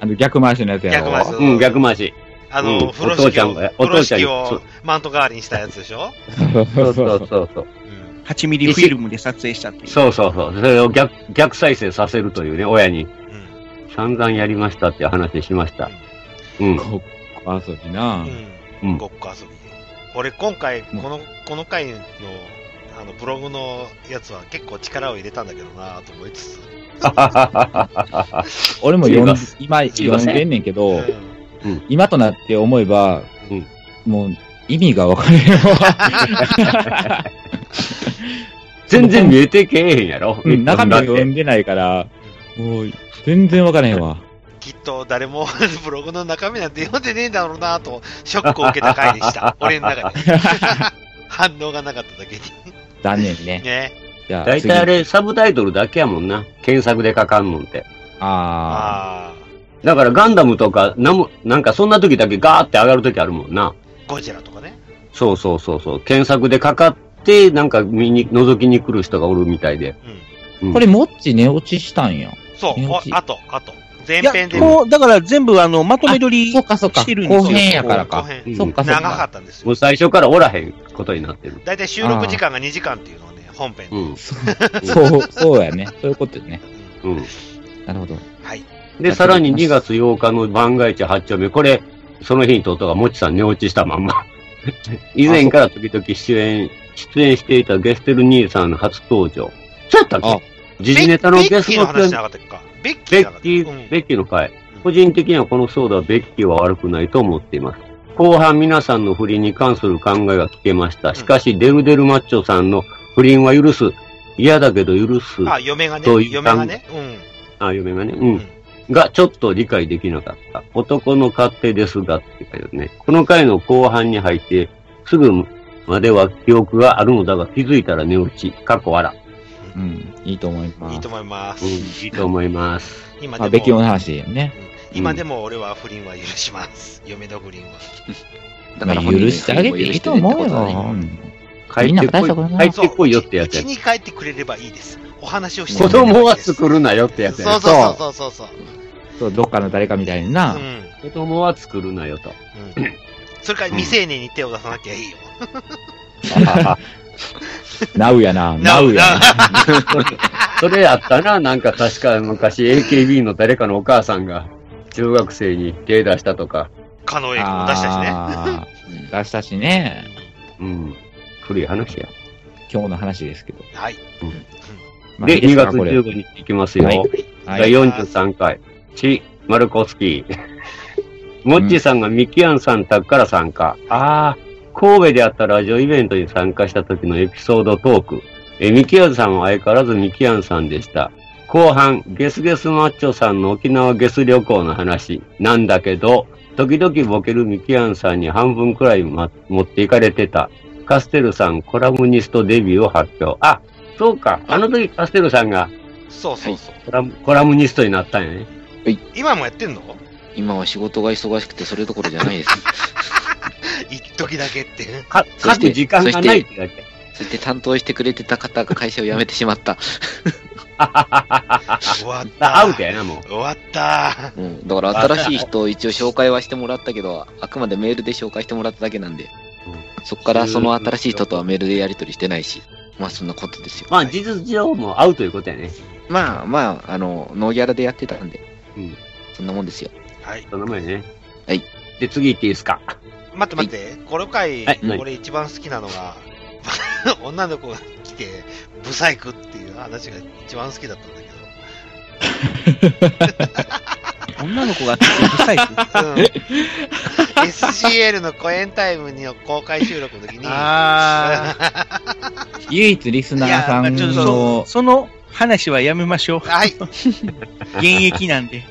Speaker 7: あの逆回しのやつやろ。
Speaker 3: うん、逆回し。
Speaker 1: あ
Speaker 3: うん
Speaker 1: の、風呂
Speaker 3: お父ち
Speaker 1: 敷
Speaker 3: ゃ
Speaker 1: を
Speaker 3: んが、お父ちゃ
Speaker 1: 風
Speaker 3: んに
Speaker 1: 呂敷
Speaker 3: そ
Speaker 1: をマント代わりにしたやつでしょ
Speaker 3: そう そうそうそう。
Speaker 2: 8ミリフィルムで撮影したっていう。
Speaker 3: そうそうそう。それを逆、逆再生させるというね、親に。散々やりましたっていう話しました。 うん。
Speaker 7: ごっこ遊びな
Speaker 3: うん。
Speaker 1: ごっこ遊び。俺、今回、この、この回の、あの、ブログのやつは結構力を入れたんだけどなぁと思いつつ。
Speaker 7: 俺も読ん
Speaker 1: す
Speaker 7: 今
Speaker 1: すいませ
Speaker 7: 読
Speaker 1: ん
Speaker 7: んでんねんけど、
Speaker 3: うん
Speaker 7: 今となって思えば、もう意味が分かれへんわ。
Speaker 3: 全然見 えてけえへんやろ。
Speaker 7: うん中身を読んでないから、もう全然分からへんわ。
Speaker 1: きっと誰も ブログの中身なんて読んでねえんだろうなと、ショックを受けた回で した。俺の中で。 反応がなかっただけに。
Speaker 3: 残念ね。
Speaker 1: ね。
Speaker 3: じゃあ大体あれ、サブタイトルだけやもんな。検索でかかんのって。
Speaker 1: あ
Speaker 3: だからガンダムとか、なんもなんかそんな時だけガーって上がる時あるもんな。
Speaker 1: ゴジラとかね。
Speaker 3: そうそうそうそう。検索でかかって、なんか見に、覗きに来る人がおるみたいで。
Speaker 7: これ、もっち寝落ちしたんや。
Speaker 1: そう、おあと、あと。前
Speaker 2: いや
Speaker 1: 編で。
Speaker 2: こうだから全部あのまとめ撮りしてるんですよ。
Speaker 3: 後編やからか
Speaker 2: 後編
Speaker 3: うんそっかそっか
Speaker 1: 長かったんですよ。
Speaker 3: もう最初からおらへんことになってる。
Speaker 1: だいたい収録時間が2時間っていうのはね、本編。
Speaker 3: うん。そう
Speaker 7: そう、そうやね。そういうことね。
Speaker 3: うん。
Speaker 7: なるほど。
Speaker 1: はい。
Speaker 3: で、さらに2月8日の番外地8丁目、これ、その日にとうとうがもちさん寝落ちしたまん ま。以前から時々出演、出演していたゲステル兄さんの初登場。そうやったっけ時事ネタの
Speaker 1: ベ
Speaker 3: ゲ
Speaker 1: ッ
Speaker 3: ス
Speaker 1: キー
Speaker 3: ト
Speaker 1: の
Speaker 3: の
Speaker 1: 話なかったっけか。ベッキ
Speaker 3: ベ
Speaker 1: ーなか
Speaker 3: ッキー、ベッキーの回。個人的にはこのソーダはベッキーは悪くないと思っています。後半皆さんの不倫に関する考えが聞けました。しかし、デルデルマッチョさんの不倫は許す。嫌だけど許す。
Speaker 1: あ、嫁がね
Speaker 3: とい、う
Speaker 1: 嫁がね。うん。
Speaker 3: あ、嫁がね。うん。が、ちょっと理解できなかった。男の勝手ですがって書いてあるね。この回の後半に入って、すぐまでは記憶があるのだが、気づいたら寝落ち。過去あら。
Speaker 7: うん。いいと思います。
Speaker 1: いいと思います。
Speaker 3: うん、いいと思います。
Speaker 1: 今
Speaker 7: まあ、
Speaker 1: で
Speaker 7: べきの
Speaker 1: も、
Speaker 7: 話やね。
Speaker 1: 今でも俺は不倫は許します。嫁の不倫は。
Speaker 7: まあ、許してあげていいと思うよ。
Speaker 3: 帰ってこい、帰ってこいよってやつや
Speaker 1: 家。に帰ってくれればいいです。お話をして
Speaker 3: 子
Speaker 1: くれればい
Speaker 3: 供
Speaker 1: い
Speaker 3: は
Speaker 1: です
Speaker 3: 作るなよってやつや。
Speaker 1: そうそうそうそうそう。
Speaker 7: そう、どっかの誰かみたいにな。
Speaker 3: 子供は作るなよと。
Speaker 1: それから未成年に手を出さなきゃいいよ。
Speaker 7: なうやな。なうや
Speaker 3: それやったな、なんか確か昔 AKB の誰かのお母さんが中学生に手出したとか。
Speaker 1: カノエ
Speaker 7: な。
Speaker 1: 出したしね
Speaker 7: あー出したしね。
Speaker 3: うん。古い話や。
Speaker 7: 今日の話ですけど。
Speaker 1: はい。
Speaker 7: まあい
Speaker 3: で、
Speaker 7: いで
Speaker 3: 2
Speaker 7: すか
Speaker 3: 月
Speaker 7: これ
Speaker 3: 15日いきますよ。
Speaker 7: はいはい
Speaker 3: 第43回、チ・マルコフスキー。モッチーさんがミキアンさん宅から参加。ああ、神戸であったラジオイベントに参加した時のエピソードトーク。えミキアンさんは相変わらずミキアンさんでした。後半、ゲスゲスマッチョさんの沖縄ゲス旅行の話なんだけど、時々ボケるミキアンさんに半分くらい、ま、持っていかれてた。カステルさんコラムニストデビューを発表。あ、そうか。あの時カステルさんが
Speaker 1: そうそうそう。
Speaker 3: コラムコラムニストになったんやね。
Speaker 1: 今もやってんの
Speaker 4: 今は仕事が忙しくて、それどころじゃないです。
Speaker 1: 一時だけ って。
Speaker 3: か
Speaker 4: そして
Speaker 3: そして
Speaker 4: そして担当してくれてた方が会社を辞めてしまった。
Speaker 1: 終わった。
Speaker 3: アウトやな、もう。
Speaker 1: 終わった。
Speaker 4: うん、だから新しい人を一応紹介はしてもらったけど、あくまでメールで紹介してもらっただけなんで、そこからその新しい人とはメールでやり取りしてないし、まあそんなことですよ。
Speaker 3: まあ、事実上もアウトいうことやね。
Speaker 4: まあまあ、あの、ノーギャラでやってたんで、
Speaker 3: うん、
Speaker 4: そんなもんですよ。
Speaker 1: はい。
Speaker 3: そんなもんやね。
Speaker 4: はい。
Speaker 3: で、次行っていいですか。
Speaker 1: 待って待って、この回、
Speaker 3: はい何
Speaker 1: 俺一番好きなのが、 女の子が来て、ブサイクっていう話が一番好きだったんだけど。
Speaker 2: 女の子が小さい。
Speaker 1: SCL のコエンタイムの公開収録の時に、
Speaker 7: 唯一リスナーさん
Speaker 2: ちょっと
Speaker 7: の
Speaker 2: そ、その話はやめましょう。
Speaker 1: はい。
Speaker 2: 現役なん で。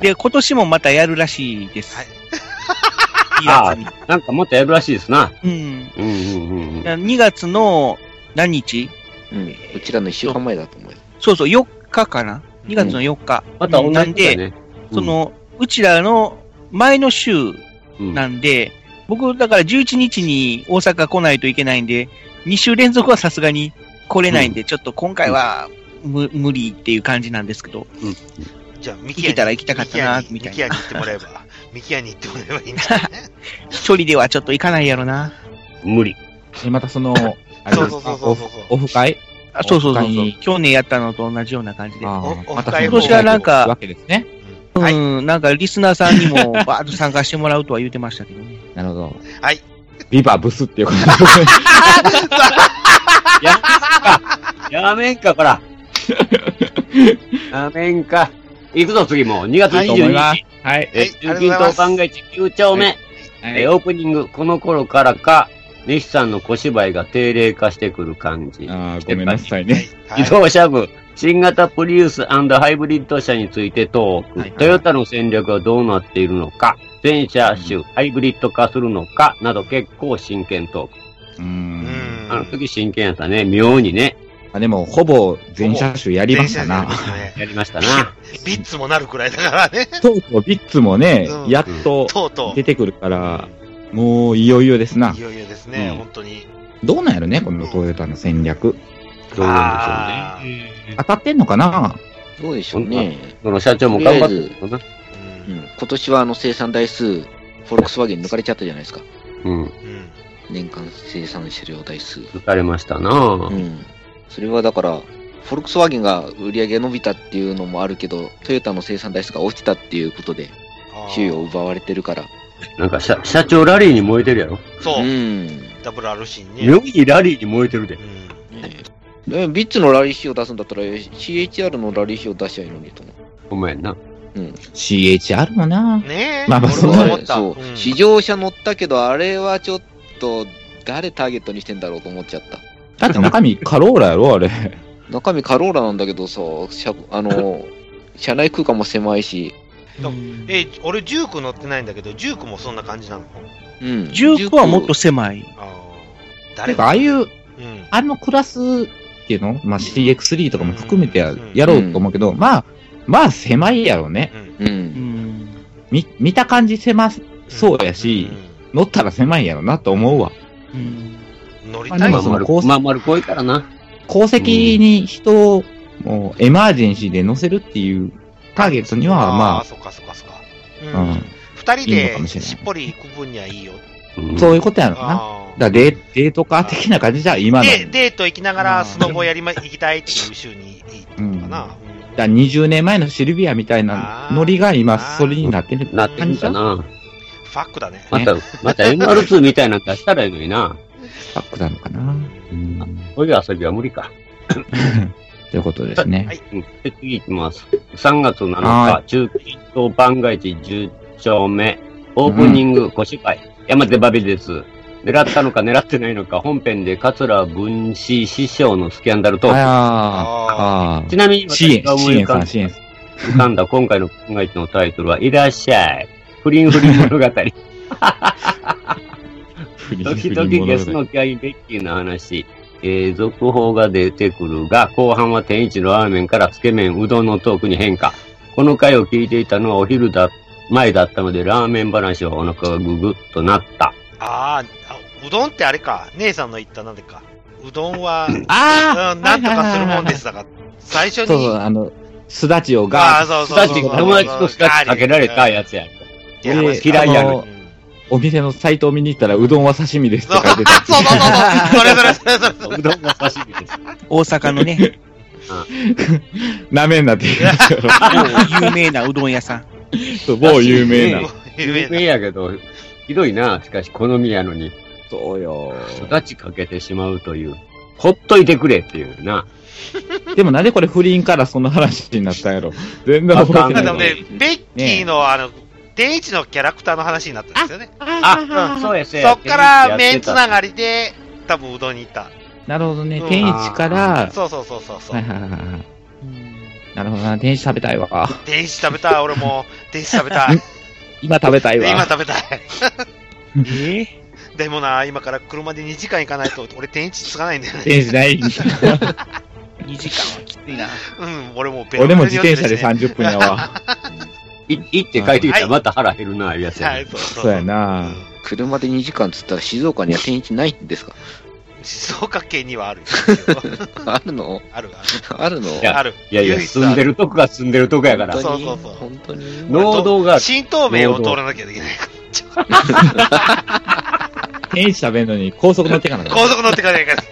Speaker 2: で、今年もまたやるらしいです。
Speaker 3: ああ、なんかもっとやるらしいですな。
Speaker 2: うん。
Speaker 3: うんうんうんうん。
Speaker 2: 2月の何日
Speaker 4: うん。うちらの1週間前だと思うよ。
Speaker 2: そうそう、4日かな。2月の4日。
Speaker 3: また同じだ
Speaker 2: な
Speaker 3: ね
Speaker 2: んで、その、うちらの前の週なんで、僕、だから11日に大阪来ないといけないんで、2週連続はさすがに来れないんで、ちょっと今回は、む無理っていう感じなんですけど、
Speaker 1: じゃあ、ミ
Speaker 2: 行
Speaker 1: キア
Speaker 2: け
Speaker 1: に
Speaker 2: たら行きたかったな、み
Speaker 1: ミ
Speaker 2: たい
Speaker 1: キア
Speaker 2: な
Speaker 1: に。行ってもらえば、ミキアに行ってもらえばいいんだよね。
Speaker 2: 一人ではちょっと行かないやろな。
Speaker 3: 無理。
Speaker 7: え、またその、あれで
Speaker 2: そう
Speaker 7: す
Speaker 2: そう
Speaker 7: か
Speaker 2: そう
Speaker 7: オ
Speaker 2: そう
Speaker 7: フオフ会
Speaker 2: あそうそうそう
Speaker 7: オフ会
Speaker 2: そう
Speaker 7: に。
Speaker 2: 去年やったのと同じような感じで。
Speaker 7: あー
Speaker 2: お
Speaker 7: また
Speaker 2: 今年はなん
Speaker 7: オフ会をするわ
Speaker 2: か
Speaker 7: け、ですね。
Speaker 2: うん、なんかリスナーさんにもバーッと参加してもらうとは言ってましたけどね。
Speaker 7: なるほど。
Speaker 1: はい。
Speaker 7: ビバブスっていうことで。
Speaker 3: ややめんか、こら。やめんか。行くぞ、次もう。2月
Speaker 7: はい
Speaker 3: 22日。
Speaker 7: はいはい
Speaker 3: えー、
Speaker 7: はい
Speaker 3: 中近東番外地9丁目。えーオープニング、この頃からか、西さんの小芝居が定例化してくる感じ。あ
Speaker 7: ごめんなさいね。
Speaker 3: 自動車部、新型プリウスハイブリッド車についてトーク、トヨタの戦略はどうなっているのか、全車種、ハイブリッド化するのか、など結構真剣トーク。うん。あの時真剣やったね、妙にね。
Speaker 7: あでも、ほぼ全車種やりましたな。
Speaker 3: やりました な。
Speaker 1: ビッツもなるくらいだからね。
Speaker 7: とうとうビッツもね、やっと
Speaker 1: とうとう
Speaker 7: 出てくるから、もういよいよですな。
Speaker 1: いよいよですね、本当に。
Speaker 7: どうなんやろね、このトヨタの戦略。
Speaker 3: どうなん
Speaker 1: でしょうね。
Speaker 7: 当たってんのかな
Speaker 4: どうでしょうね。
Speaker 3: その社長も頑張ってるのかな。
Speaker 4: うん今年はあの生産台数、フォルクスワーゲン抜かれちゃったじゃないですか。
Speaker 3: うん。
Speaker 4: 年間生産車両台数。
Speaker 3: 打たれましたなぁ。
Speaker 4: それはだから、フォルクスワーゲンが売り上げが伸びたっていうのもあるけど、トヨタの生産台数が落ちたっていうことで、給与を奪われてるから。
Speaker 3: なんか社、社長ラリーに燃えてるやろ。
Speaker 1: そう。
Speaker 4: ダブル R シン
Speaker 3: 妙にラリーに燃えてるで。
Speaker 4: ね。ビッツのラリー費を出すんだったら、CHR のラリー費を出しちゃいいのにと思う。
Speaker 3: お前な。
Speaker 7: ?CHR もな
Speaker 1: ね
Speaker 7: まあまあ、そんな
Speaker 4: 俺もそう、試乗車乗ったけど、あれはちょっと、誰ターゲットにしてんだろうと思っちゃった。
Speaker 7: だって中身カローラやろ、あれ。
Speaker 4: 中身カローラなんだけどさ、車あ の車内空間も狭いし、
Speaker 1: え、俺、ジューク乗ってないんだけど、ジュークもそんな感じなの
Speaker 4: うん、
Speaker 12: 19はもっと狭い。
Speaker 7: なんかああいう、あのクラスっていうのまあ CX3 とかも含めてややろうと思うけど、まあ、まあ狭いやろうね。み、見た感じ狭そうやし、乗ったら狭いやろなと思うわ。
Speaker 1: 乗り
Speaker 7: まあでもその、
Speaker 3: まあ、丸濃いからな。
Speaker 7: 功績に人を、もう、エマージェンシーで乗せるっていうターゲットには、まあ、
Speaker 1: そっかそっかそっか。
Speaker 7: うん
Speaker 1: 二人
Speaker 7: いいのかも
Speaker 1: で
Speaker 7: しれない
Speaker 1: しっぽり行く分にはいいよ。
Speaker 7: そういうことやろな。だからデーデート化的な感じじゃ、今の。
Speaker 1: で、デート行きながらスノボやりま、行きたいっていう週に。
Speaker 7: うん。だから20年前のシルビアみたいなノリが今、それになってる
Speaker 3: なってるかな。
Speaker 1: ファックだね。
Speaker 3: また、また MR2 みたいなの出したらいいのに な。
Speaker 7: ファックなのかな。
Speaker 3: そういう遊びは無理か。
Speaker 7: ということですね。
Speaker 3: はい。で次行きます。3月7
Speaker 7: は
Speaker 3: 日、中近東番外地10丁目、オープニング5芝居、山手バビです。狙ったのか狙ってないのか、本編で桂文史師匠のスキャンダルトーク。
Speaker 7: ああ。
Speaker 3: ちなみに
Speaker 7: 支援、
Speaker 3: 私が思
Speaker 7: 支
Speaker 3: い
Speaker 7: 援
Speaker 3: 浮か
Speaker 7: さん、
Speaker 3: んだ
Speaker 7: 支援さん。
Speaker 3: 浮かんだ今回の考えのタイトルは、いらっしゃい。不倫不倫物語。時々ゲスのキャイベッキーの話。えー、続報が出てくるが、後半は天一のラーメンからつけ麺、うどんのトークに変化。この回を聞いていたのはお昼だ、前だったので、ラーメン話はお腹がぐぐっとなった。
Speaker 1: あーあ、うどんってあれか。姉さんの言ったなんでか。うどんは、あ、
Speaker 7: あ
Speaker 1: なんとかするもんですだから。最初
Speaker 7: そうそう、
Speaker 1: に、
Speaker 7: あの、すだちを
Speaker 1: あ
Speaker 7: ガ
Speaker 1: あ
Speaker 7: ー
Speaker 1: そう
Speaker 7: ッ
Speaker 1: そうそう
Speaker 3: 友達とスカッチかけられたやつや。
Speaker 7: で
Speaker 3: いや嫌いやね
Speaker 7: あのお店のサイトを見に行ったら、うどんは刺身ですって書いてた。
Speaker 1: そうそうそう、それそれそれそれ
Speaker 3: うどんは刺身です。
Speaker 12: 大阪のね、
Speaker 7: なめんなって言うんで すよ
Speaker 12: 某有名なうどん屋さん。
Speaker 7: そう某有名な。
Speaker 3: 有名やけど、ひどいな、しかし、好みやのに。
Speaker 7: そうよ。
Speaker 3: 育ちかけてしまうという。ほっといてくれっていうな。
Speaker 7: でもなんでこれ不倫からその話になったんやろ。全然覚えて
Speaker 1: でも
Speaker 7: な
Speaker 1: ね
Speaker 7: い。、
Speaker 1: ベッキーの、あの、天一のキャラクターの話になったんですよね。
Speaker 3: あ、そうや、そ
Speaker 1: そっから、麺つながりで、多分うどんに行った。
Speaker 7: なるほどね
Speaker 1: う。ん
Speaker 7: 天一から、
Speaker 1: そうそうそうそうそう
Speaker 7: はい。はいはいはい。なるほどな。天一食べたいわ。
Speaker 1: 天一食べたい、俺も。天一食べ たい。
Speaker 7: 今食べたいわ。
Speaker 1: 今食べたい。でもな、今から車で2時間行かないと、俺天一つかないんだよね。
Speaker 7: 天一ない。
Speaker 1: 2時間はきついな。うん、俺もう
Speaker 7: 俺も自転車で30分やわ。
Speaker 3: い行って帰ってきたらまた腹減るな、ありやつや。
Speaker 7: そうやな。
Speaker 4: 車で2時間っつったら静岡には天一ないんですか
Speaker 1: 静岡県には ある。
Speaker 4: あるの
Speaker 1: ある
Speaker 4: あるの
Speaker 3: いやいやいや、住んでるとこが住んでるとこやから。
Speaker 1: そうそうそう。本
Speaker 4: 当に
Speaker 3: 農道がある
Speaker 1: 新東名を通らなきゃいけない。
Speaker 7: 天一食べるのに高速乗ってかなかった
Speaker 1: 高速乗ってかないから。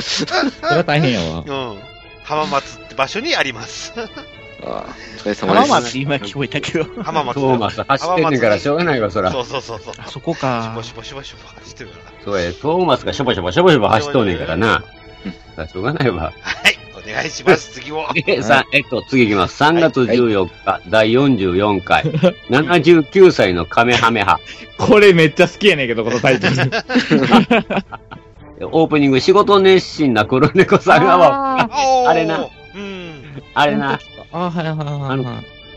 Speaker 7: それは大変や わ。
Speaker 1: うん。浜松って場所にあり ます。
Speaker 4: あお疲れ様
Speaker 12: 浜
Speaker 4: です。
Speaker 12: 松今聞こえたけど。
Speaker 1: 浜松。
Speaker 3: トーマス走ってんねんからしょうがないわそら
Speaker 1: そうそうそうそう。
Speaker 12: そこか。
Speaker 1: しぼしぼしぼしぼ走ってるから。
Speaker 3: そうや、トーマスがしょぼしょぼしょぼしょぼ走っとんねんからな。うんしょうがないわ。
Speaker 1: お願いします、次を。
Speaker 3: で、さ、えっと、次いきます。3月14日、第44回、79歳のカメハメハ。
Speaker 7: これめっちゃ好きやねんけど、このタイ トル。
Speaker 3: オープニング、仕事熱心な黒猫さんが、あれな、
Speaker 1: うん
Speaker 3: あれな。
Speaker 7: あ、はいはいはい
Speaker 3: あの、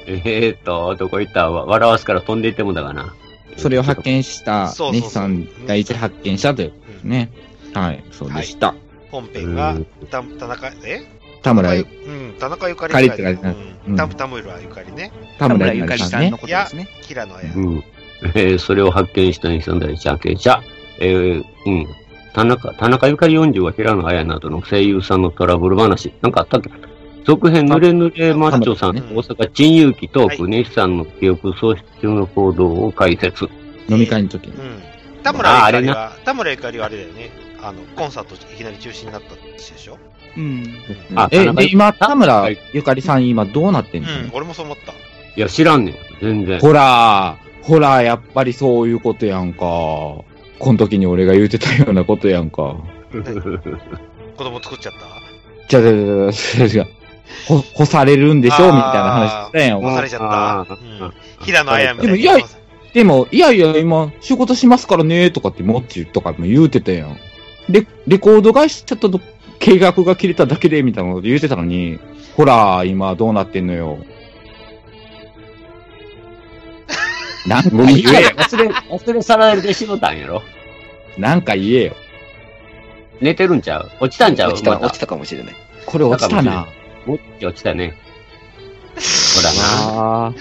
Speaker 3: えーっと、どこ行ったわ笑わすから飛んでいってもだがな。
Speaker 7: それを発見した
Speaker 1: そう、そうそう
Speaker 7: 西さん第一発見したということですね。はい、そうでした。
Speaker 1: 本編が、た田中、え
Speaker 7: 田村ゆ
Speaker 1: うん、田中ゆかり
Speaker 7: ゆかりって書いてある
Speaker 1: うん田田村ゆかりね。
Speaker 7: 田村ゆかりさんね
Speaker 1: いや、キラの綾。
Speaker 3: うん。えーそれを発見した西さん第一発見者。えーうん。田中、田中ゆかり40は平野綾などの声優さんのトラブル話。なんかあったっけ続編、ぬれぬれマッチョさん、大阪陳勇気トーク、西さんの記憶喪失の行動を解説。
Speaker 7: 飲み会の時に。
Speaker 1: 田村ゆかり
Speaker 3: あ
Speaker 1: は、田村ゆかりはあれだよね。あの、コンサートいきなり中止になった話でしょ
Speaker 12: うん。
Speaker 7: あ、え、で、今、田村ゆかりさん今どうなってんの
Speaker 1: うん、俺もそう思った。
Speaker 3: いや、知らんねん。全然。
Speaker 7: ほら、ほら、やっぱりそういうことやんか。この時に俺が言うてたようなことやんか。
Speaker 1: 子供作っちゃった
Speaker 7: じゃじゃじゃじゃじゃほ、干されるんでしょみたいな話だったやん。
Speaker 1: 干されちゃった。うん平野綾みた
Speaker 7: で も、
Speaker 1: い
Speaker 7: い
Speaker 1: な
Speaker 7: や。、でも、いやいや、今、仕事しますからね、とかって、もっちとかも言うてたやん。で、レコード会社との契約が切れただけで、みたいなこと言うてたのに、ほら、今、どうなってんのよ。なんか言えよ。
Speaker 3: 忘れ、忘れ去られてしもたんやろ。
Speaker 7: なんか言えよ。
Speaker 3: 寝てるんちゃう落ちたんちゃう
Speaker 7: 落ちた落
Speaker 4: ちたかもし れない。
Speaker 7: これ落ちたな。
Speaker 3: 落ち落ちたね。
Speaker 7: ら
Speaker 3: ほ
Speaker 7: な。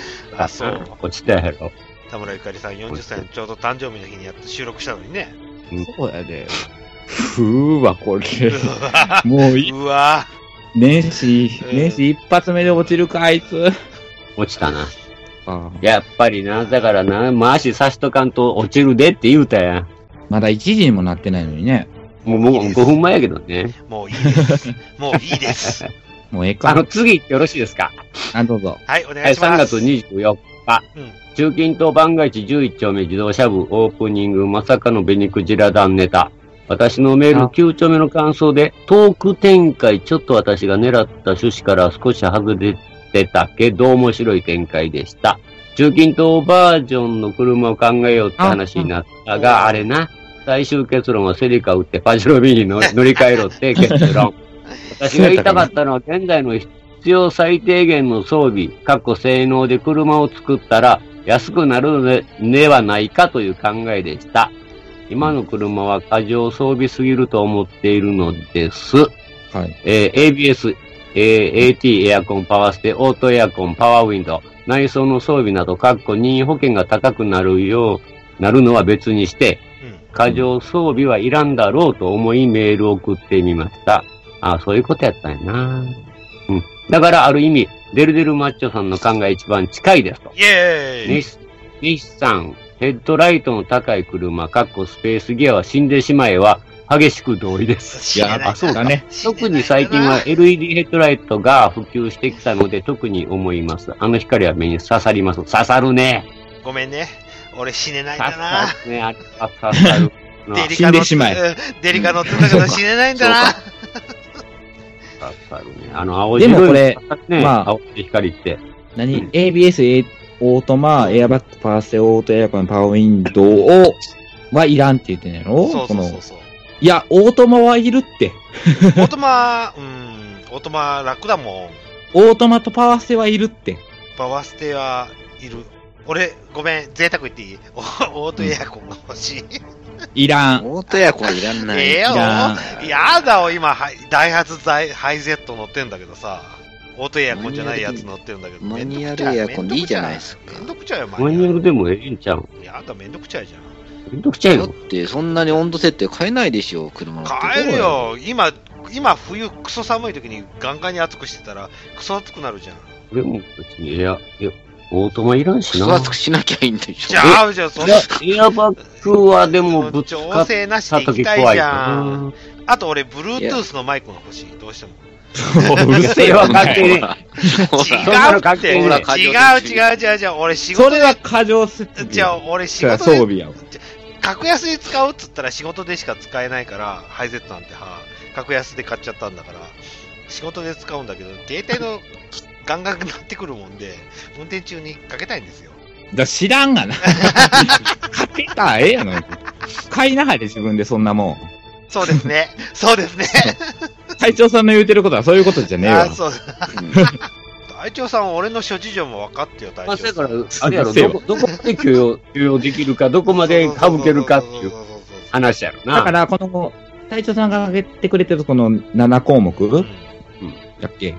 Speaker 1: あ、そう。
Speaker 3: 落ちたやろ。
Speaker 1: 田村ゆかりさん40歳のちょうど誕生日の日にやっ収録したのにね。
Speaker 7: そうやで。ふうわ、 これ
Speaker 1: うわ。
Speaker 7: もうい、
Speaker 1: うわ
Speaker 7: 年始、年始一発目で落ちるか、あいつ。
Speaker 3: 落ちたな。やっぱりな、だからな、回しさしとかんと落ちるでって言うたやん。
Speaker 7: まだ1時にもなってないのにね。
Speaker 3: もう、もう5分前やけどね。
Speaker 1: もういいです。もういいです。
Speaker 7: もうええか。
Speaker 3: あの、次行ってよろしいですか
Speaker 7: あ、どうぞ。
Speaker 1: はい、お
Speaker 3: は
Speaker 1: 願い
Speaker 3: い、
Speaker 1: しま
Speaker 3: 3
Speaker 1: す。
Speaker 3: 月24日。
Speaker 1: うん
Speaker 3: 中近東番外地11丁目自動車部オープニングまさかの紅クジラ団ネタ。私のメール9丁目の感想で、トーク展開ちょっと私が狙った趣旨から少し外れてたけど面白い展開でした。中近東バージョンの車を考えようって話になったが、あれな、最終結論はセリカ売ってパジロビに乗り乗り換えろって結論。私が言いたかったのは、現在の必要最低限の装備、かっこ性能で車を作ったら安くなるのでではないかという考えでした。今の車は過剰装備すぎると思っているのです。
Speaker 7: はい。
Speaker 3: えー ABS、えー AT エアコン、パワーステ、オートエアコン、パワーウィンドウ、内装の装備など、かっこ任意保険が高くなるよう、なるのは別にして、過剰装備はいらんだろうと思いメールを送ってみました。ああ、そういうことやったんやな。うん。だから、ある意味、デルデルマッチョさんの感が一番近いですと。
Speaker 1: イェーイ
Speaker 3: 西西さん、ヘッドライトの高い車、かっこスペースギアは死んでしまえは、激しく同 意です。
Speaker 7: いやあそうだね。
Speaker 3: 特に最近は LED ヘッドライトが普及してきたので、特に思います。あの光は目に刺さります。刺さるね。
Speaker 1: ごめんね。俺死ねないん
Speaker 3: 刺
Speaker 1: だな。
Speaker 3: さるね。あ刺さるな。
Speaker 1: デリカ乗ってうんデリカ乗ってたけど死ねないんだな。
Speaker 3: 刺さるね。あの、青白いの
Speaker 7: でもこれ
Speaker 3: 刺さるね、
Speaker 7: まあ
Speaker 3: 青い光って。
Speaker 7: 何 ?ABS、A- オートマ、エアバッグ、パワーステ、オートエアコン、パワーウィンドウを、はいらんって言ってんやろ
Speaker 1: そうそうそう
Speaker 7: こ
Speaker 1: そ
Speaker 7: の
Speaker 1: う。
Speaker 7: いや、オートマはいるって。
Speaker 1: オートマ、うん、オートマ楽だもん。
Speaker 7: オートマとパワーステはいるって。
Speaker 1: パワーステはいる。俺、ごめん、贅沢言っていい おオートエアコンが欲しい。
Speaker 7: いらん。
Speaker 4: オートエアコンいらんない。
Speaker 1: ええよ
Speaker 4: いらん。
Speaker 1: やだよ、今、はいダイハツダイハイゼット乗ってんだけどさ、オートエアコンじゃないやつ乗ってるんだけど、マニュア
Speaker 4: ルエアコンでいいじゃないです
Speaker 1: か。めんどくちゃよ、マ
Speaker 3: マニュアルでもええんちゃう
Speaker 1: ニやだ、めんどくちゃいじゃん。
Speaker 3: めんどくちゃい
Speaker 4: だって、そんなに温度設定変えないでしょ、車の。
Speaker 1: あれよ、今、今冬クソ寒い時にガンガンに暑くしてたら、クソ暑くなるじゃん。
Speaker 3: 俺も別にエア、えオートマいらんしな。
Speaker 1: クソ熱く
Speaker 4: しなきゃいいんでし
Speaker 1: じ ゃあ、じゃあ、そん
Speaker 3: い
Speaker 1: な
Speaker 3: や、エアバッグはでもぶつか
Speaker 1: 調
Speaker 3: っ
Speaker 1: 整なしたで行き
Speaker 3: 時
Speaker 1: たい
Speaker 3: 怖い
Speaker 1: じ
Speaker 3: か
Speaker 1: ゃ
Speaker 3: な。
Speaker 1: ん。あと俺、Bluetooth のマイクが欲しい、どうしても。
Speaker 3: うるせえわ関係ねえ
Speaker 1: 違う
Speaker 3: そんなの
Speaker 1: っ
Speaker 3: 関
Speaker 1: て、
Speaker 3: 係
Speaker 1: 違う
Speaker 3: ねえ
Speaker 1: 違う違う違う、俺仕事で。
Speaker 7: それは過剰す
Speaker 1: じゃあ、俺仕
Speaker 7: そりゃ
Speaker 1: 事
Speaker 7: 装
Speaker 1: で
Speaker 7: 備やわ。
Speaker 1: 格安に使うっつったら仕事でしか使えないから、ハイゼットなんては、格安で買っちゃったんだから、仕事で使うんだけど、携帯のガンガンなってくるもんで、運転中にかけたいんですよ。
Speaker 7: だ知ら んがな。買ってたらええやの。買いなはれ、自分でそんなもん。
Speaker 1: そうですね。そうですね。
Speaker 7: 隊長さんの言うてることはそういうことじゃねえわ。
Speaker 1: あそう隊長さん、俺の諸事情も分かってよ、隊
Speaker 3: まあ、
Speaker 1: 長
Speaker 3: だ
Speaker 1: さ
Speaker 3: か
Speaker 1: ん。
Speaker 3: ら、あれやろ、どこ、ど こまで許容、許容できるか、どこまで省けるかっていう話やろな。
Speaker 7: だから、この、隊長さんが挙げてくれてるこの7項目、やっけ、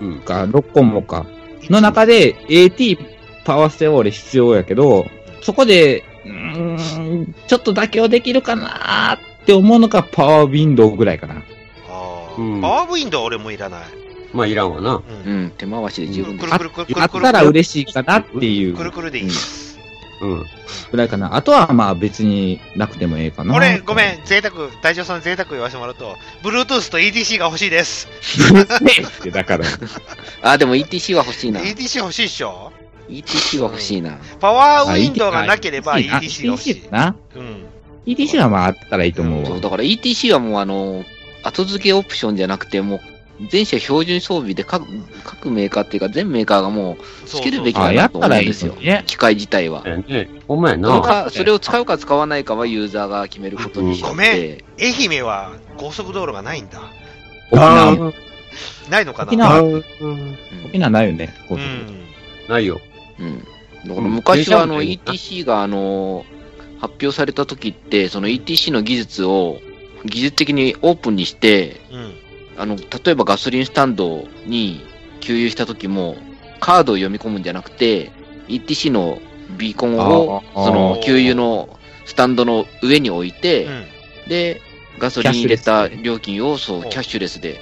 Speaker 3: うん、
Speaker 7: か、6項目か。の中で、AT パワーステオーレ必要やけど、そこで、うーん、ちょっと妥協できるかなーって思うのがパワーウィンドウぐらいかな。
Speaker 1: パワーウィンドウ俺もいらない。
Speaker 3: まあ、いらんわな。
Speaker 4: うん、手回しで十分
Speaker 1: くる
Speaker 7: あ
Speaker 1: くるくるく
Speaker 7: あ
Speaker 1: る
Speaker 7: っ
Speaker 1: くる
Speaker 7: たら嬉しいかなっていう
Speaker 1: くるくるでいいです。
Speaker 3: うん
Speaker 7: ぐらいかな。あとは、まあ別になくてもええかな。
Speaker 1: 俺、ごめん、贅沢、隊長さん贅沢言わせてもらうと、Bluetooth と EDC が欲しいです。
Speaker 7: ん。だから。
Speaker 4: あ、でも ETC は欲しいな。
Speaker 1: EDC 欲しいっしょ
Speaker 4: ETC は欲しいな。
Speaker 1: パワーウィンドウがなければ EDC が欲しい。
Speaker 7: な。
Speaker 1: うん。
Speaker 7: ETC はまああったらいいと思うわ。
Speaker 4: そうだから ETC はもうあの、後付けオプションじゃなくて、もう、全社標準装備で各、各メーカーっていうか、全メーカーがもう、つけるべきだなと思うんですよ。機械自体は。
Speaker 3: お前
Speaker 4: それ
Speaker 3: な。
Speaker 4: かそれを使うか使わないかはユーザーが決めることにし
Speaker 1: ごめん、
Speaker 4: て、
Speaker 1: 愛媛は高速道路がないんだ。
Speaker 7: あー
Speaker 1: ないのかな
Speaker 7: 沖縄
Speaker 1: うん
Speaker 7: 沖縄ないよね、高速。
Speaker 3: ないよ。
Speaker 4: うん。だから昔はあの ETC があの発表された時って、その ETC の技術を技術的にオープンにして、
Speaker 1: うん。
Speaker 4: あの例えばガソリンスタンドに給油した時も、カードを読み込むんじゃなくて、ETC のビーコンを
Speaker 7: あー
Speaker 4: その
Speaker 7: あー
Speaker 4: 給油のスタンドの上に置いて、で、ガソリン入れた料金をそうキャッシュレスで、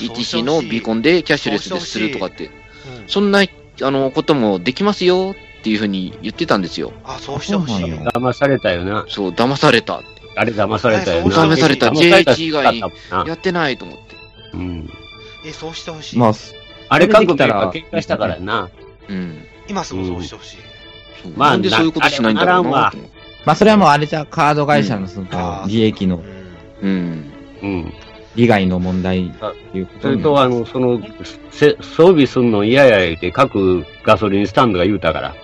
Speaker 4: ETC のビーコンでキャッシュレスでするとかって、そんなあのこともできますよっていうふうに言ってたんですよ。
Speaker 1: あ、そうしてほしいよ。
Speaker 3: 騙されたよな。
Speaker 4: そう、騙された。
Speaker 3: あれ騙されたよな。
Speaker 4: 騙された。
Speaker 3: 騙された
Speaker 4: JH 以外にやってないと思って。
Speaker 3: うん。
Speaker 1: え、そうしてほしい。
Speaker 7: まあ、
Speaker 3: あれ韓国が喧嘩したからな。
Speaker 4: うん。
Speaker 1: 今すぐそうしてほしい。
Speaker 3: まあ、
Speaker 7: なんでそういうことしないんだろうな
Speaker 3: あれはならんわ
Speaker 7: まあそれはもうあれじゃ、カード会社のその、利益の、
Speaker 4: うん。
Speaker 3: うん。
Speaker 7: 利害の問題っていうこと
Speaker 3: それ
Speaker 7: に
Speaker 3: と、あの、その、せ装備すんの嫌や言うて、各ガソリンスタンドが言うたから。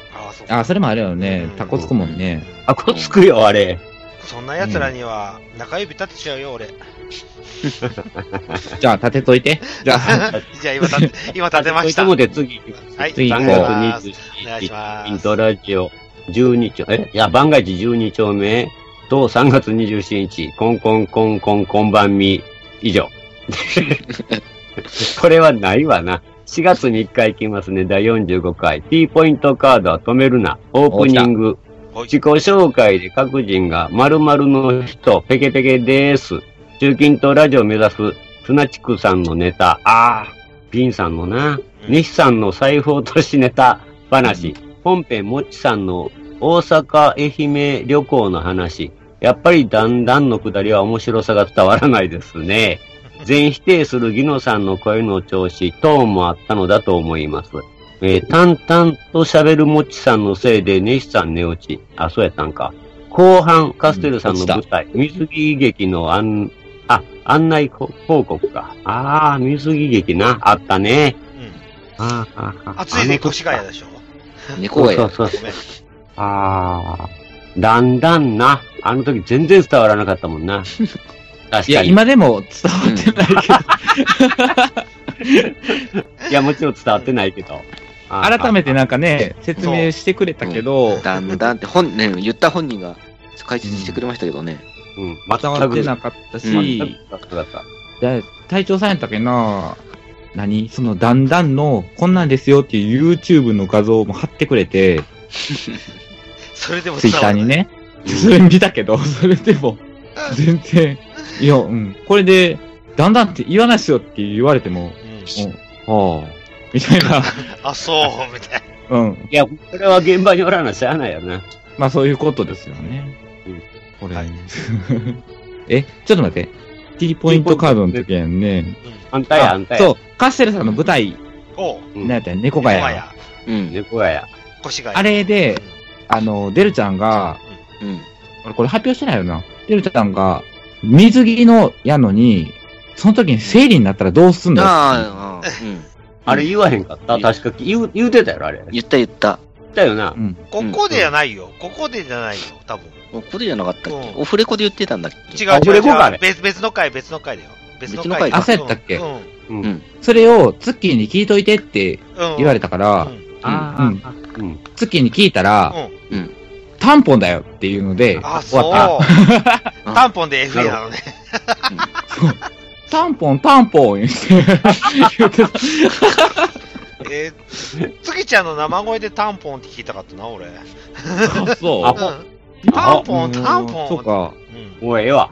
Speaker 7: あ、それもあれよね。タコつくもんね。
Speaker 3: あ、こつくよ、あれ。
Speaker 1: そんな奴らには中指立てちゃうよ、俺。
Speaker 7: じゃあ、立てといて。じゃ あ、
Speaker 1: じゃあ今立て、今立てました。
Speaker 3: ということで次
Speaker 1: はい、
Speaker 3: 次
Speaker 1: お
Speaker 3: 3
Speaker 1: 願い
Speaker 3: 月
Speaker 1: します。
Speaker 3: イントラジオ12丁、えいや、番外地12丁目と3月27日、コンコンコンコンこんばんみ、以 上。これはないわな。4月に1回行きますね、第45回。T ポイントカードは止めるな。オープニング。自己紹介で各人が〇〇の人、ペケペケです。中近東ラジオを目指す、スナチクさんのネタ、あー、ピンさんのな、西さんの財布落としネタ話、本編もっちさんの大阪、愛媛旅行の話、やっぱりだんだんのくだりは面白さが伝わらないですね。全否定するギノさんの声の調子、トーンもあったのだと思います。えー淡々と喋るもっちさんのせいで、ネシさん寝落ち。あ、そうやったんか。後半、カステルさんの舞台、水着劇の案、あ、案内こ報告か。ああ、水着劇な、あったね。あーあー、あー
Speaker 1: 暑いね、越谷でしょ。
Speaker 4: 猫がや
Speaker 3: そうそうそうああ、だんだんな。あの時全然伝わらなかったも んな。確かに。
Speaker 7: いや、今でも伝わってない。
Speaker 3: いや、もちろん伝わってないけど。
Speaker 7: 改めてなんかね、説明してくれたけど、
Speaker 4: だんだんって本、ね、言った本人が解説してくれましたけどね。
Speaker 3: うん、
Speaker 7: 伝わってなかったし、で隊長さんやったっけな何そのだんだんの、こんなんですよっていう YouTube の画像も貼ってくれて、
Speaker 1: それでも
Speaker 7: ツイ
Speaker 1: 伝
Speaker 7: ッ
Speaker 1: わら
Speaker 7: ター
Speaker 1: ない
Speaker 7: にね。それ見たけど、 それでも、全然、いや、うん。これで、だんだんって言わないっすよって言われても、うん、ああ、みたいな、
Speaker 1: あ、そう、みたい
Speaker 7: うん。
Speaker 3: いや、これは現場におらなしゃあないよな。
Speaker 7: まあそういうことですよね。これ。え、ちょっと待って。T ポイントカードの時やんね。
Speaker 3: 反対や、反対や。
Speaker 7: そう、カステルさんの舞台、
Speaker 1: おう、
Speaker 7: なんやったんや猫が
Speaker 1: 猫が
Speaker 7: や
Speaker 1: や。
Speaker 4: うん。
Speaker 3: 猫がや。
Speaker 1: 越谷。
Speaker 7: あれで、あの、デルちゃんが、
Speaker 4: うん。
Speaker 7: 俺これ発表してないよな。デルちゃんが、水着のやのに、その時に生理になったらどうすんの
Speaker 4: ああ、うん。
Speaker 3: あれ言わへんかった確か言う、言うてたやろ、あれ。
Speaker 4: 言った言った。
Speaker 3: 言ったよな。
Speaker 1: ここでじゃないよ。ここでじゃないよ、多分。
Speaker 4: ここでじゃなかったっけオフレコで言ってたんだっけ
Speaker 1: 違う違う違う。別別の回、別の回だよ。別の回
Speaker 7: あ、そうやったっけ、うんうん、それをツッキーに聞いといてって言われたから、うん、ツッキーに聞いたら、うん、タンポンだよっていうので、終わ
Speaker 1: った。タンポンで FA なのね。
Speaker 7: タンポン、タンポン言って、言ってた。
Speaker 1: えー、つきちゃんの生声でタンポンって聞いたかったな、俺。。
Speaker 7: あ、そう
Speaker 1: タンポン、タンポン。
Speaker 7: そうか。
Speaker 3: もうええわ。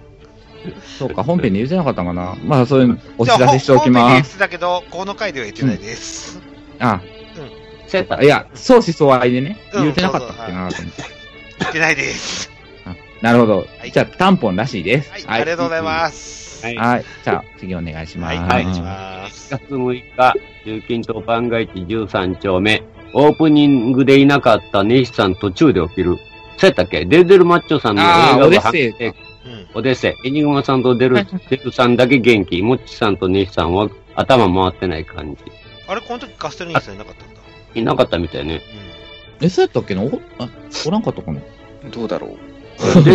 Speaker 7: そうか、本編で言ってなかったかな。まあ、そういうお知らせしておきます。本編で言
Speaker 1: ってたけど、この回では言ってないです。
Speaker 7: うん、ああ、うん、そうやった。いや、相思相愛でね、言ってなかったっけなと思って。
Speaker 1: 言ってないです。
Speaker 7: なるほど。じゃあ、タンポンらしいです。
Speaker 1: はい、ありがとうございます。
Speaker 7: はい。じゃあ、次お願いします。
Speaker 1: はい、お願いします。
Speaker 3: 4月6日、中近東番外地13丁目、オープニングでいなかった西さん途中で起きる。そうやったっけデルデルマッチョさんの映画が発生。おでせ、エニグマさんとデル、デルさんだけ元気、モッチさんと西さんは頭回ってない感じ。
Speaker 1: あれ、この時ガステルニーさんいなかったんだ。
Speaker 3: いなかったみたいね。
Speaker 7: え、そうやったっけなお、あ、おらんかったか な
Speaker 4: どうだろう。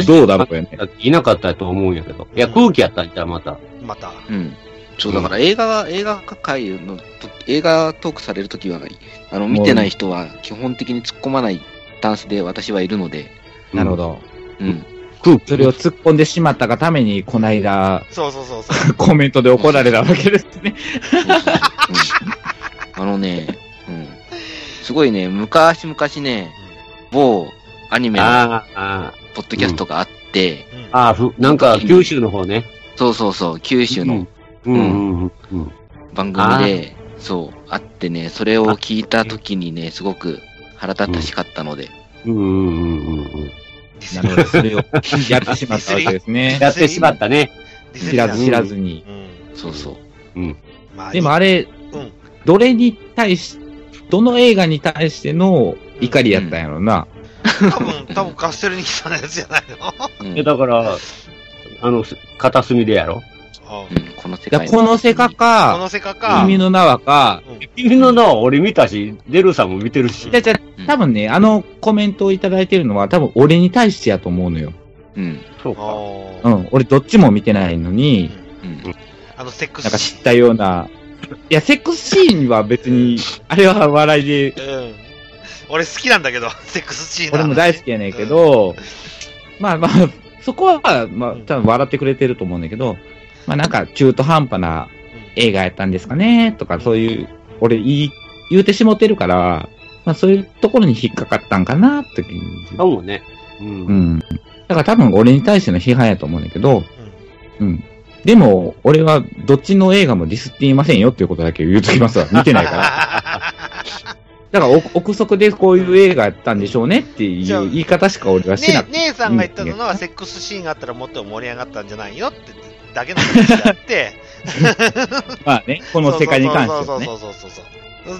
Speaker 7: どうだろうね。
Speaker 3: いなかったと思うんやけど。いや、空気やったんじゃ、また。
Speaker 1: また。
Speaker 4: うん。そう、だから映画は、映画会の、映画トークされるときはない。あの、見てない人は基本的に突っ込まないダンスで私はいるので。
Speaker 7: なるほど。
Speaker 4: うん。
Speaker 7: 空気。それを突っ込んでしまったがために、こない だ、
Speaker 1: そうそうそうそう。
Speaker 7: コメントで怒られたわけですね。
Speaker 4: あのね、うん。すごいね、昔々ね、某アニメの、ポッドキャストがあって。
Speaker 3: ああ、ふ、なんか、九州の方ね。
Speaker 4: そうそうそう、九州の、うん番組で、そう、あってね、それを聞いたときにね、すごく腹立たしかったので。
Speaker 3: うん、うん、うん、うん。
Speaker 7: なるほど、それをやってしまったわけですね。
Speaker 3: やってしまったね。。
Speaker 7: 知らず知らずに。
Speaker 4: そうそう
Speaker 3: うん。
Speaker 7: でもあれ、どれに対し、どの映画に対しての怒りやったんやろうな。
Speaker 1: 多分、多分カステルニキさんのやつじゃないの、
Speaker 3: え、だから、あの、片隅でやろ
Speaker 4: うん、この世界。
Speaker 7: この世界か、
Speaker 1: この世界か、
Speaker 7: 君の名はか、
Speaker 3: 君の名は俺見たし、デルさんも見てるし。
Speaker 7: じゃじゃ多分ね、あのコメントをいただいてるのは、多分俺に対してやと思うのよ。
Speaker 4: うん。
Speaker 3: そう
Speaker 7: か。うん、俺どっちも見てないのに、
Speaker 1: うん。あの、セックス
Speaker 7: なんか知ったような、いや、セックスシーンは別に、あれは笑いで、
Speaker 1: 俺好きなんだけど、セックスシーン
Speaker 7: 俺も大好きやねんけど、まあまあ、そこは、まあ、多分笑ってくれてると思うんだけど、まあなんか中途半端な映画やったんですかね、とかそういう、俺言い、言うてしもてるから、まあそういうところに引っかかったんかな、って気に。。
Speaker 3: そうね。うん。うん
Speaker 7: だから多分俺に対しての批判やと思うんだけど、うん。でも、俺はどっちの映画もディスっていませんよっていうことだけ言うときます わ。見てないから。だから、憶測でこういう映画やったんでしょうねっていう言い方しか俺はしなく
Speaker 1: て、ね、姉さんが言ったのは、セックスシーンがあったらもっと盛り上がったんじゃないよってだけの話であって。
Speaker 7: まあね、この世界に関しては、ね。
Speaker 1: そうそうそうそう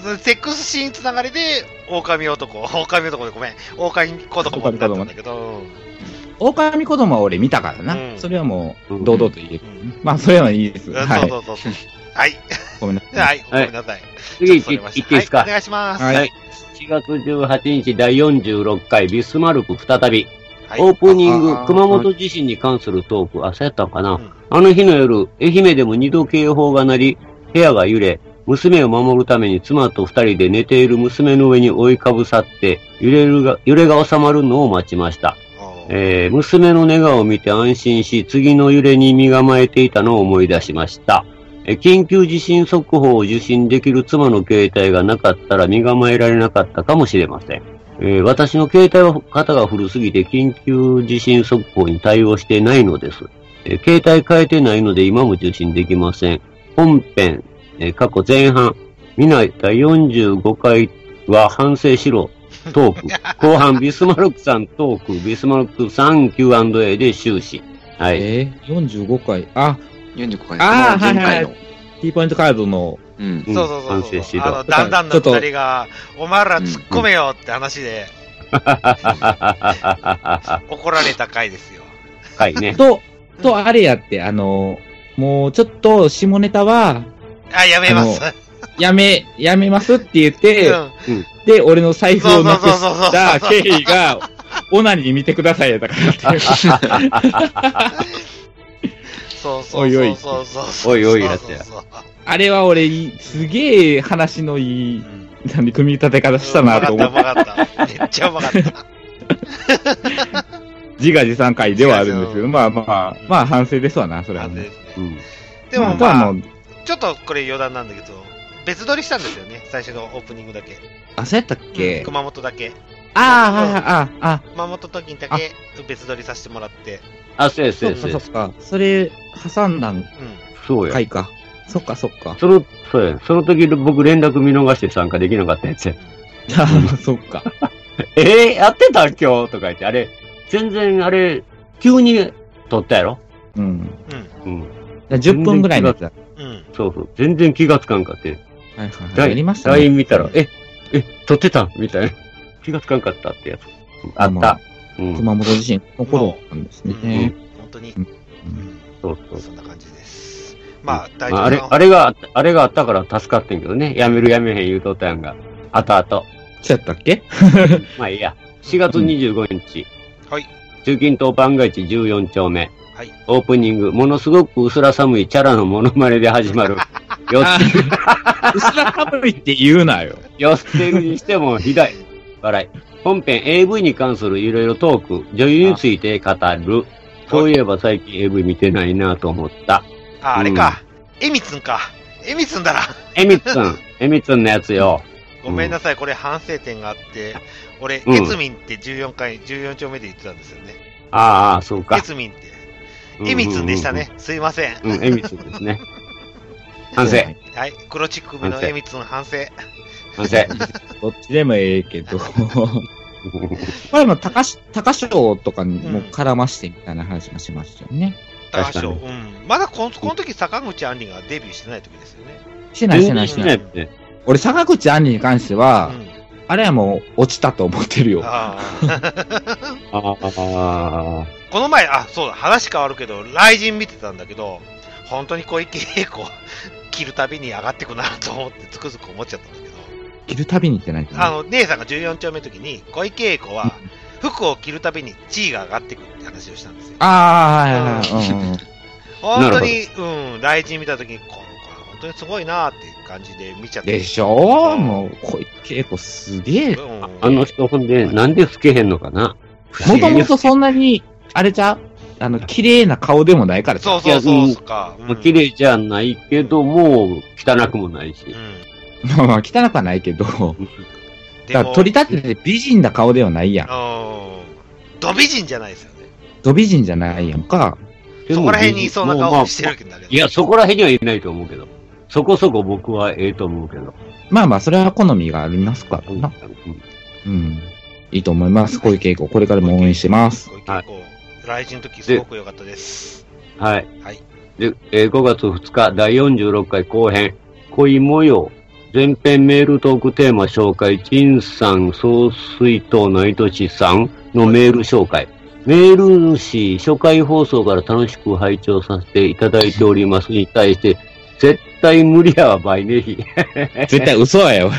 Speaker 1: そう。セックスシーンつながりで、狼男、狼男でごめん、狼子供になったんだけど。
Speaker 7: 狼子供は俺見たからな。それはもう、堂々と言える。まあ、それはいいです。はい。
Speaker 1: そうそうそう。はい。
Speaker 7: ごめんなさ
Speaker 1: い。はい、ごめんなさい。
Speaker 3: 次、行っていいですか、
Speaker 1: お願いします。
Speaker 3: はい。7月18日第46回ビスマルク再び。オープニング、熊本地震に関するトーク、あ、そうやったのかな、あの日の夜、愛媛でも二度警報が鳴り、部屋が揺れ、娘を守るために妻と二人で寝ている娘の上に追いかぶさって、揺れるが、揺れが収まるのを待ちました。えー、娘の寝顔を見て安心し、次の揺れに身構えていたのを思い出しました。えー、緊急地震速報を受信できる妻の携帯がなかったら身構えられなかったかもしれません。えー、私の携帯は肩が古すぎて緊急地震速報に対応してないのです。えー、携帯変えてないので今も受信できません。本編、えー、過去前半、見ない第45回は反省しろ。トーク。後半、ビスマルクさんトーク、ビスマルクさん Q&A で終始。はい。
Speaker 7: えー、45回。あ、
Speaker 4: 45回。
Speaker 7: ああ、はいはい。T ポイントカードの。
Speaker 1: うん、そうそうそうそう。そうあの、だんだんの二人が、お前ら突っ込めよって話で、 怒られた回ですよ。
Speaker 3: 回ね。
Speaker 7: と、と、あれやって、あの、もうちょっと下ネタは、
Speaker 1: あ、やめます。
Speaker 7: やめ、やめますって言って、うん、で、俺の財布をなくした経緯が、 オナニー見てくださいやだからっていう。
Speaker 1: そう
Speaker 7: おいおい。
Speaker 1: そうそうそう
Speaker 7: おいおい、だって。あれは俺、すげえ話のいい、なんで組み立て方したなと思って。
Speaker 1: わかった、わかった。めっちゃわかった。
Speaker 7: 自画自賛会ではあるんですけど、まあまあ、まあ反省ですわな、それは、ね。
Speaker 1: でも
Speaker 7: とは
Speaker 1: まあ
Speaker 7: もう、
Speaker 1: ちょっとこれ余談なんだけど、別撮りしたんですよね、最初のオープニングだけ。
Speaker 7: あ、そうやったっけ
Speaker 1: 熊本だけ。
Speaker 7: ああ、はいはい、あ
Speaker 1: 熊本時にだけ別撮りさせてもらって。
Speaker 3: あ、そうです、そう
Speaker 7: あ、
Speaker 3: です。
Speaker 7: そっかそっか。それ、挟んだん
Speaker 3: そうや。
Speaker 7: 回か。そっかそっか。
Speaker 3: その、そうや。その時僕連絡見逃して参加できなかったやつや。
Speaker 7: あ そっか。
Speaker 3: えー、やってた今日とか言って、あれ、全然あれ、急に撮ったやろ
Speaker 7: うん。
Speaker 3: うん。
Speaker 7: 10分ぐらいのやつだ。
Speaker 1: うん。
Speaker 3: そうそう。全然気がつかんかって。
Speaker 7: はいはいはい。
Speaker 3: ラ
Speaker 7: や
Speaker 3: イ
Speaker 7: り
Speaker 3: ン
Speaker 7: ましたね。
Speaker 3: 見たら、え、え、撮ってたみたいな。気がつかんかったってやつ。あった。うん
Speaker 7: 熊本地震の頃なんですね。
Speaker 1: 本当に。
Speaker 3: そうそう。そ
Speaker 1: んな感じです。まあ、大
Speaker 3: まあ、あ
Speaker 1: 丈
Speaker 3: れ、
Speaker 1: 夫
Speaker 3: あれが、あれがあったから助かってんけどね。やめるやめへん言うとったやんが。あとあと。
Speaker 7: そうやったっけ
Speaker 3: まあいいや。4月25日。
Speaker 1: はい。
Speaker 3: 中近東番外地14丁目。
Speaker 1: はい。
Speaker 3: オープニング、ものすごくうすら寒いチャラのモノマネで始 まる。よ
Speaker 7: うすら寒いって言うなよ。
Speaker 3: 寄ってるにしてもひどい。笑い。本編 AV に関するいろいろトーク、女優について語る。そういえば最近 AV 見てないなと思った。
Speaker 1: あ、あれか。えみつんか。えみつんだな。
Speaker 3: えみ つん、えみつんのやつよ。
Speaker 1: ごめんなさい、これ反省点があって、俺、
Speaker 3: うん
Speaker 1: エツミンって14回、14丁目で言ってたんですよね。
Speaker 3: ああ、そうか
Speaker 1: エ。ツミンって。エミツンでしたね。すいません。
Speaker 3: うん、えみつんです ね。反省。
Speaker 1: はい、黒チック目の
Speaker 7: 反省
Speaker 1: エミツン反省。
Speaker 3: 反省。
Speaker 7: どっちでもええけど。これも高し、高賞とかにも絡ましてみたいな話もしましたよね。
Speaker 1: 高橋を、うん。まだこのこの時、坂口杏里がデビューしてない時ですよね。
Speaker 7: してないしてないしてな
Speaker 1: 全然
Speaker 7: い。俺、坂口杏里に関しては、あれはもう落ちたと思ってるよ。
Speaker 1: あー
Speaker 3: ああ。
Speaker 1: この前、あ、そうだ、話変わるけど、雷神見てたんだけど、本当に小池栄子、 切るたびに上がってくなと思って、つくづく思っちゃったんだけど。
Speaker 7: 着るたびにってないかな。
Speaker 1: あの、姉さんが14丁目の時に、小池栄子は、服を着るたびに地位が上がってくって話をしたんですよ。
Speaker 7: ああ、はいはいはいうんうん。
Speaker 1: 本当
Speaker 7: な
Speaker 1: に、うん、雷神見た時に、この子は本当にすごいなっていう感じで見ちゃって。
Speaker 7: でしょもう、小池栄子すげえ。
Speaker 3: あの人ほんで、なんで老けへんのかな
Speaker 7: もともとそんなに、あれちゃうあの、綺麗な顔でもないから
Speaker 1: そう
Speaker 3: か。まあ綺麗じゃないけど、もう汚くもないし。
Speaker 7: まあまあ、汚くはない けど。だから取り立てて美人な顔ではないやん。
Speaker 1: ド美人じゃないですよね。
Speaker 7: ド美人じゃないやんか。
Speaker 1: そこら辺にいそうな顔してるけどね。
Speaker 3: いや、そこら辺にはいないと思うけど。そこそこ僕はええと思うけど。
Speaker 7: まあまあ、それは好みがありますからな。うん。いいと思います。小池栄子、これからも応援して ます。
Speaker 1: はい。雷神の時すごく良かったです。
Speaker 3: はい。
Speaker 1: はい
Speaker 3: で、えー5月2日、第46回後編、恋模様。前編メールトークテーマ紹介、陳さん、総水と内としさんのメール紹介。メール主初回放送から楽しく拝聴させていただいておりますに対して、絶対無理やわ、倍ねひ。
Speaker 7: 絶対嘘やよ。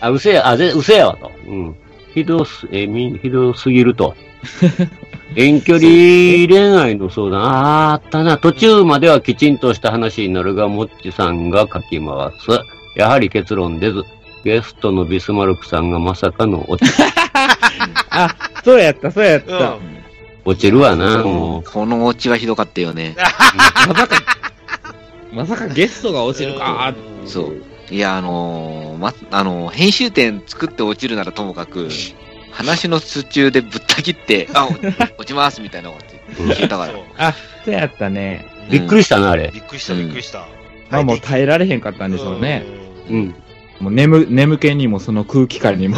Speaker 3: あ、嘘や、あ、ぜ嘘やわと。うん。ひどす、えーみ、ひどすぎると。遠距離恋愛の相談、あーあったな。途中まではきちんとした話になるが、もっちさんが書き回す。やはり結論出ず、ゲストのビスマルクさんがまさかの落ち
Speaker 7: あ、 そうやった、そうやった。
Speaker 3: 落ちる わな、もう。
Speaker 4: このオチはひどかったよね。
Speaker 7: まさかゲストが落ちるか
Speaker 4: そう。いや、あのー、ま、あのー編集点作って落ちるならともかく、話の途中でぶった切って、あ、落ちますみたいな こと聞いたから。
Speaker 7: あ、そうやったね。
Speaker 3: びっくりしたな、あれ。
Speaker 1: びっくりした、びっくりした。
Speaker 7: まあもう耐えられへんかったんでしょうね。
Speaker 3: うん。
Speaker 7: もう眠、眠気にもその空気感 にも。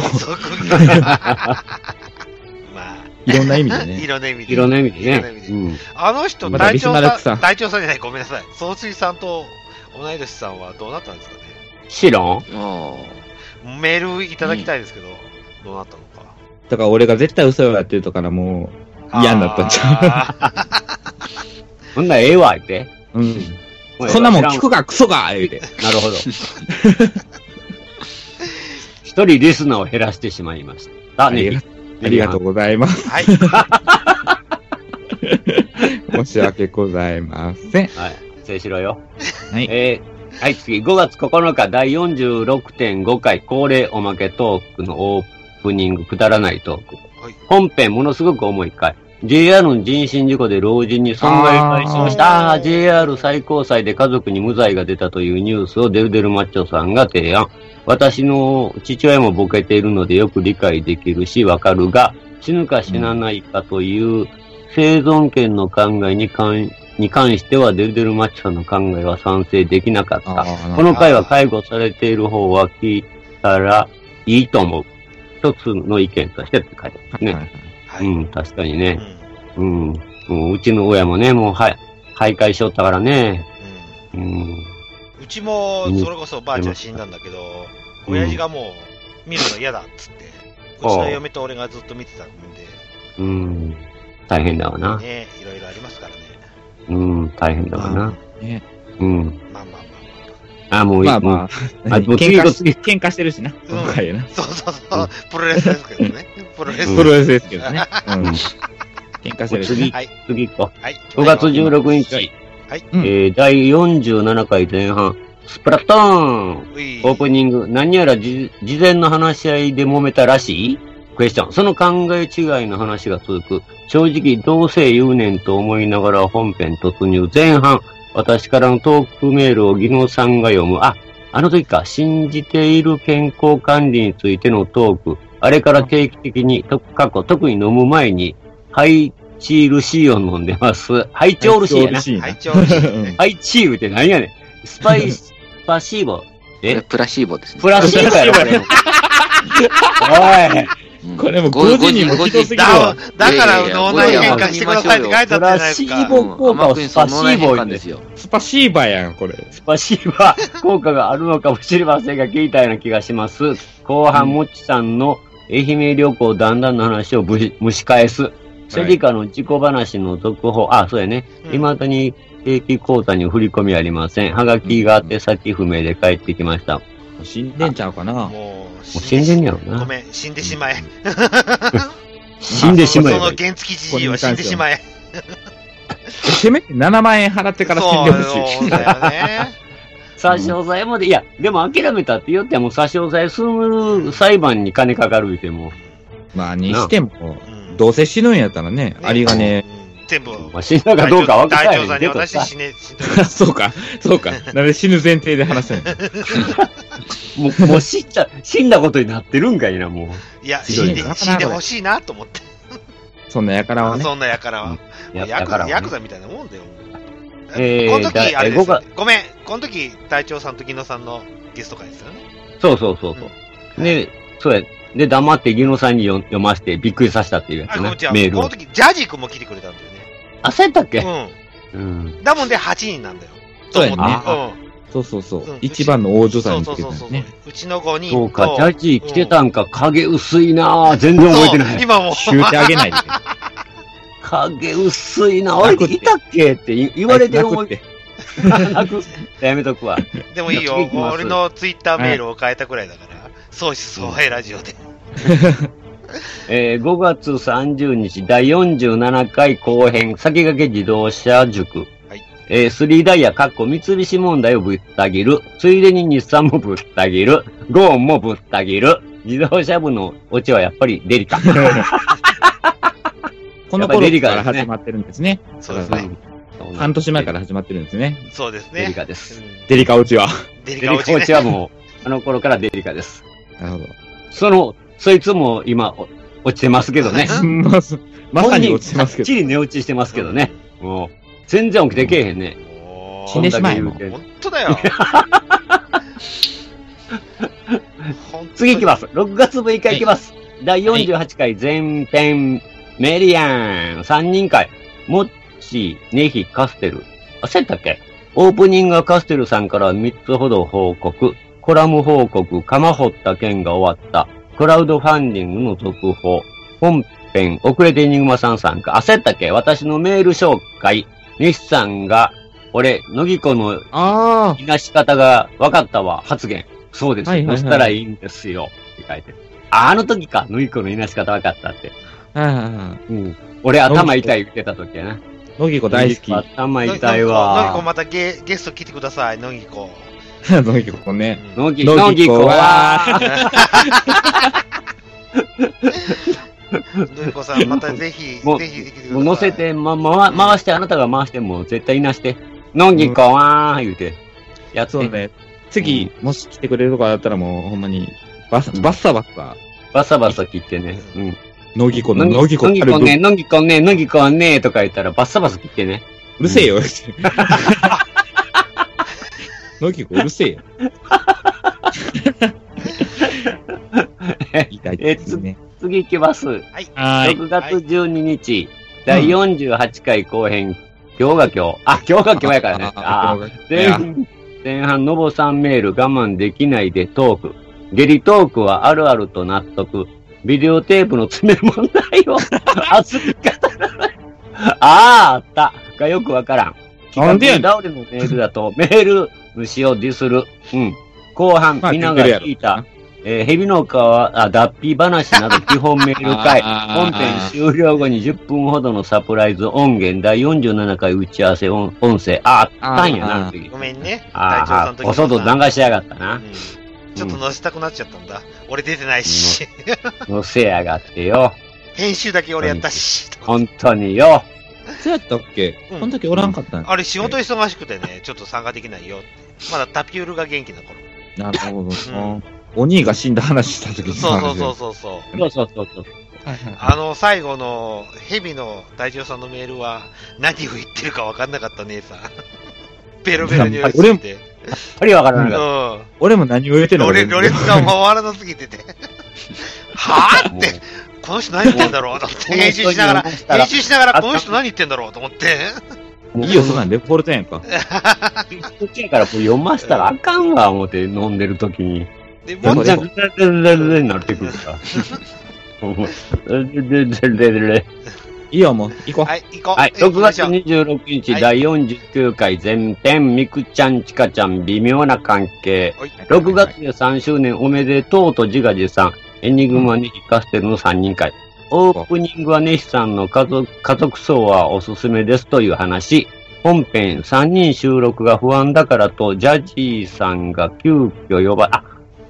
Speaker 7: いろんな意味でね。
Speaker 1: いろんな意味で。
Speaker 7: いろんな意味でね
Speaker 1: いろんな意味であの人、
Speaker 7: また
Speaker 1: 隊
Speaker 7: リス
Speaker 1: 長
Speaker 7: ナーラック
Speaker 1: さ
Speaker 7: さ
Speaker 1: ん、
Speaker 7: ん
Speaker 1: 隊長さんじゃない、ごめんなさい。総帥さんと同い年さんはどうなったんですかね。
Speaker 3: 知らん
Speaker 1: メールいただきたいですけど、どうなったのか。
Speaker 7: だから俺が絶対嘘をやってるとからもう嫌になったんちゃ
Speaker 3: うそんなええわ、言って。
Speaker 7: うん。そんなもん聞くか、クソか、言うて。
Speaker 3: なるほど。 一人リスナーを減らしてしまいました。
Speaker 7: ありがありがとうございます。
Speaker 1: はい。
Speaker 7: も申し訳ございません。
Speaker 3: はい。制しろよ。はい。えー、はい、次、5月9日第46.5回恒例おまけトークのオープニングくだらないトーク。はい、本編ものすごく重い回。JR の人身事故で老人に損害賠償した JR 最高裁で家族に無罪が出たというニュースをデルデルマッチョさんが提案。私の父親もボケているのでよく理解できるしわかるが、死ぬか死なないかという生存権の考えに関に関してはデルデルマッチョさんの考えは賛成できなかった。この回は介護されている方は聞いたらいいと思う。一つの意見としてって書いてますね。はいはいはい、うん、確かにね。うん、うん。うちの親もね、もう、はい、徘徊しよったからね。
Speaker 1: うん。うん、うちも、それこそばあちゃん死んだんだけど、うん、親父がもう、見るの嫌だっつって、うん、ちの嫁と俺がずっと見てたんで。
Speaker 3: うん。大変だわな。
Speaker 1: ねいろいろありますからね。
Speaker 3: うん、大変だわな。
Speaker 7: ね、
Speaker 3: うん。
Speaker 1: まあまあま
Speaker 3: あ。あ、もういい。まあま
Speaker 7: あ。あ、もう次喧嘩してるしな。
Speaker 1: 今回な。そうそうそう。プロレスですけどね。プロレス。
Speaker 7: プロレスですけどね。うん。喧嘩してる
Speaker 3: 次、次行こう。はい。5月16日。はい。えー、第47回前半。スプラトーンオープニング。何やら事前の話し合いで揉めたらしいクエスチョン。その考え違いの話が続く。正直、どうせ言うねんと思いながら本編突入。前半。私からのトークメールを技能さんが読む。あ、あの時か、信じている健康管理についてのトーク。あれから定期的に、と過去、特に飲む前に、ハイチールシーを飲んでます。ハイチョールシーやな。
Speaker 1: ハイチョールシー。
Speaker 3: ハイチールって何やねん。スパイス、パシーボ。
Speaker 4: えプラシーボですね。
Speaker 3: プラシーボやろ、これ。
Speaker 7: おい。これも5時にもひどすぎるわ。
Speaker 1: だから脳内変換してくださいって書いてあったじゃないです
Speaker 3: か。プラシーボ効果をスパシーボ言うんですよ。
Speaker 7: スパシーバやん、これ。
Speaker 3: スパシーバ効果があるのかもしれませんが、聞いたような気がします。後半、もちさんの、愛媛旅行だんだんの話をぶし蒸し返す。セリカの事故話の続報、あ、そうやね。うん、未だに定期口座に振り込みありません。はがきがあって先不明で帰ってきました。
Speaker 7: 死んでんちゃうかな
Speaker 3: もう死んでんやろな。
Speaker 1: ごめん、死んでしまえ。
Speaker 3: 死んでしまえ。
Speaker 1: その原付知事は死んでしまえ。
Speaker 7: せめて7万円払ってから死んでほ しい。そうだよね。
Speaker 3: 差し押さえまで、いや、でも諦めたって言っても差し押さえする裁判に金かかるっても。
Speaker 7: まあ、にしても、どうせ死ぬんやったらね、ありがね。
Speaker 1: 全部。
Speaker 3: まあ、死んだかどうか分から
Speaker 1: ないけど。大丈死ね、
Speaker 7: そうか、そうか。なんで死ぬ前提で話せない
Speaker 3: もう、もう死んだ、 死んだことになってるんかいな、も
Speaker 1: う。いや、死んで、死んでほしいなと思って。
Speaker 7: そんなやからはね。
Speaker 1: そんなやからは。ヤクザ、ヤクザみたいなもんだよ、えー、この時、あれです、ね、ごめん、この時、隊長さんと技能さんのゲスト会ですよね。
Speaker 3: そうそうそうそう。うん、で、そうや。で、黙って技能さんに読ましてびっくりさせたっていうやつね。メール
Speaker 1: この時、ジャジー君も来てくれたんだよね。
Speaker 3: あ、そうやったっけ
Speaker 1: うん。うん、だもんで8人なんだよ。
Speaker 7: そうやね。そうそうそう。一番の大女さんに来てたね。
Speaker 1: うちの5人。
Speaker 3: そうか、ジャジー来てたんか、影薄いなぁ。全然覚えてない。
Speaker 1: 今も。
Speaker 7: シューてあげないで。
Speaker 3: 影薄いな、俺いたっけって言われてる思い。 泣くやめとくわ。
Speaker 1: でもいいよ、俺のツイッターメールを変えたくらいだから、そうしそうへラジオで。
Speaker 3: えー、5月30日、第47回後編、先駆け自動車塾。はい、えー、3ダイヤ、かっこ三菱問題をぶった切る。ついでに日産もぶった切る。ゴーンもぶった切る。自動車部のオチはやっぱりデリカ。
Speaker 7: この頃から始まってるんですね。そうですね。半年前から始まってるんですね。
Speaker 1: そうですね。
Speaker 3: デリカです。
Speaker 7: デリカ落ちは。
Speaker 3: デリカ落ちはもう、あの頃からデリカです。
Speaker 7: なるほど。
Speaker 3: その、そいつも今、落ちてますけど ね。
Speaker 7: まさに落ちてますけど。
Speaker 3: きっちり寝落ちしてますけどね。もう、全然起きてけえへんね。
Speaker 7: 死んでしまえ。本
Speaker 1: 当だよ。
Speaker 3: 次いきます。6月6日いきます。第48回前編メリアン、三人会、モッチー、ネヒ、カステル。あ、せったっけオープニングはカステルさんから3つほど報告、コラム報告、釜掘った件が終わった、クラウドファンディングの続報、本編、遅れてニグマさん参加。あ、せったっけ私のメール紹介、西さんが、俺、乃木子の、
Speaker 7: あ
Speaker 3: あ。いなし方が分かったわ、発言。そうです。そしたらいいんですよ。って書いてあ、あの時か、乃木子のいなし方分かったって。
Speaker 7: うん、
Speaker 3: 俺頭痛い言ってた時やな。
Speaker 7: 乃木子大好き。
Speaker 3: 頭痛いわ。
Speaker 1: 乃木子またゲゲスト来てください、乃木子。
Speaker 7: 乃木子ね。
Speaker 3: 乃木子は。
Speaker 1: のりこさん、またぜひ、ぜひできてください。
Speaker 3: 乗せて、ま、ま、回して、あなたが回しても、絶対いなして。のんぎこわー、言うて。
Speaker 7: やつをね。次、もし来てくれるとかだったらもう、ほんまに、バッ、バッサバッサ。
Speaker 3: バッサバッサ切ってね。うん。
Speaker 7: のぎこの、のぎこ
Speaker 3: のぎこね、のぎこね、のぎこね、とか言ったら、バッサバッサ切ってね。
Speaker 7: うるせえよ、 のぎこうるせえよ。
Speaker 3: え、次行きます。はい。6月12日、第48回後編、今日が今日。あ、今日が今日やから ね。あ前前半、のぼさんメール我慢できないでトーク。ゲリトークはあるあると納得。ビデオテープの詰め問題 を熱く語らない。ああ、あった。がよくわからん。
Speaker 7: なんでや
Speaker 3: ね倒れのメールだと、 メール虫をディスる。うん。後半、皆が聞いた。えー、蛇の皮、あ、脱皮話など基本メール 会、本編終了後に10分ほどのサプライズ音源、第47回打ち合わせ音音声、あ、あったんやな、
Speaker 1: ごめんね。
Speaker 3: ああ、お外流しやがったな。
Speaker 1: ちょっと乗せたくなっちゃったんだ。俺出てないし。
Speaker 3: 乗せやがってよ。
Speaker 1: 編集だけ俺やったし。
Speaker 3: 本当によ。
Speaker 7: そうやったっけこの時おらんかったん
Speaker 1: あれ仕事忙しくてね、ちょっと参加できないよまだタピュールが元気な頃。
Speaker 7: なるほど。お兄が死んだ話した時に
Speaker 1: そうそうそうそう。そうそうそう。あの、最後の、蛇の大丈夫さんのメールは、何を言ってるか分かんなかった姉さん。 ベロベロに言われてて。
Speaker 3: 俺も、分からなかった。
Speaker 7: 俺も何を言ってるの
Speaker 1: 俺、ロレスが回らなすぎてて。はぁって、この人何言ってんだろうと思って、編集しながら、編集しながら、この人何言ってんだろうと思って。
Speaker 7: いいよ、そんなんレポルトやんか。
Speaker 3: そっちやから、読ませたらあかんわ、思って飲んでる時に。
Speaker 1: で、も
Speaker 3: っちゃん、レレレレになってくるさ。レレレレレ。
Speaker 7: いいよ、もう、行こう。
Speaker 1: はい、行こう。
Speaker 3: はい、6月26日、第49回前編、みくちゃん、ちかちゃん、微妙な関係。6月で3周年おめでとうと自画自賛、エニグマにヒカステルの3人会。オープニングはネヒさんの家族、家族葬はおすすめですという話。本編3人収録が不安だからと、ジャジーさんが急遽呼ば、あ、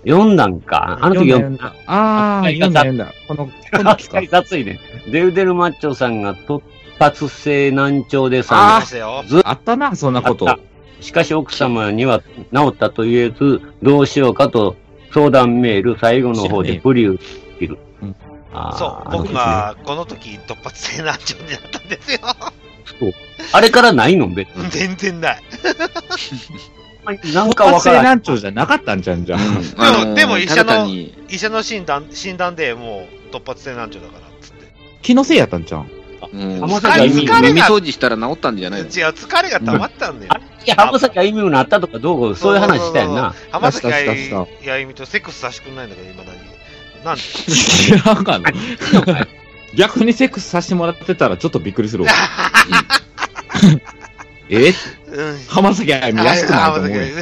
Speaker 3: 読んだんか。あの時読んだ。
Speaker 7: ああ、読んだ読んだ。この、この
Speaker 3: 扱い雑いね。デルデルマッチョさんが突発性難聴でさ、
Speaker 7: あったな、そんなこと。
Speaker 3: しかし奥様には治ったと言えず、どうしようかと相談メール最後の方でブリュー切る。
Speaker 1: そう、僕がこの時突発性難聴になったんですよ。
Speaker 3: そう。あれからないの別
Speaker 1: に。 全然ない。
Speaker 7: なんか分から難聴じゃなかったんじゃんじゃん。
Speaker 1: でも、でも医者の、医者の診断、診断でもう突発性難聴だから、つって。
Speaker 7: 気のせいやったんじゃん。
Speaker 4: 疲れが。掃除したら治ったんじゃない違う、
Speaker 1: 疲れが溜まったんだよ。
Speaker 3: いや、浜崎あゆみもなったとかどうこう、そういう話したよ な。
Speaker 1: 浜崎あゆみとセックスさしてくんないんだけど、いまだに。なんで
Speaker 7: 知らんかな。逆にセックスさせてもらってたらちょっとびっくりするわ。え浜崎あゆみ安くないと思う。違う。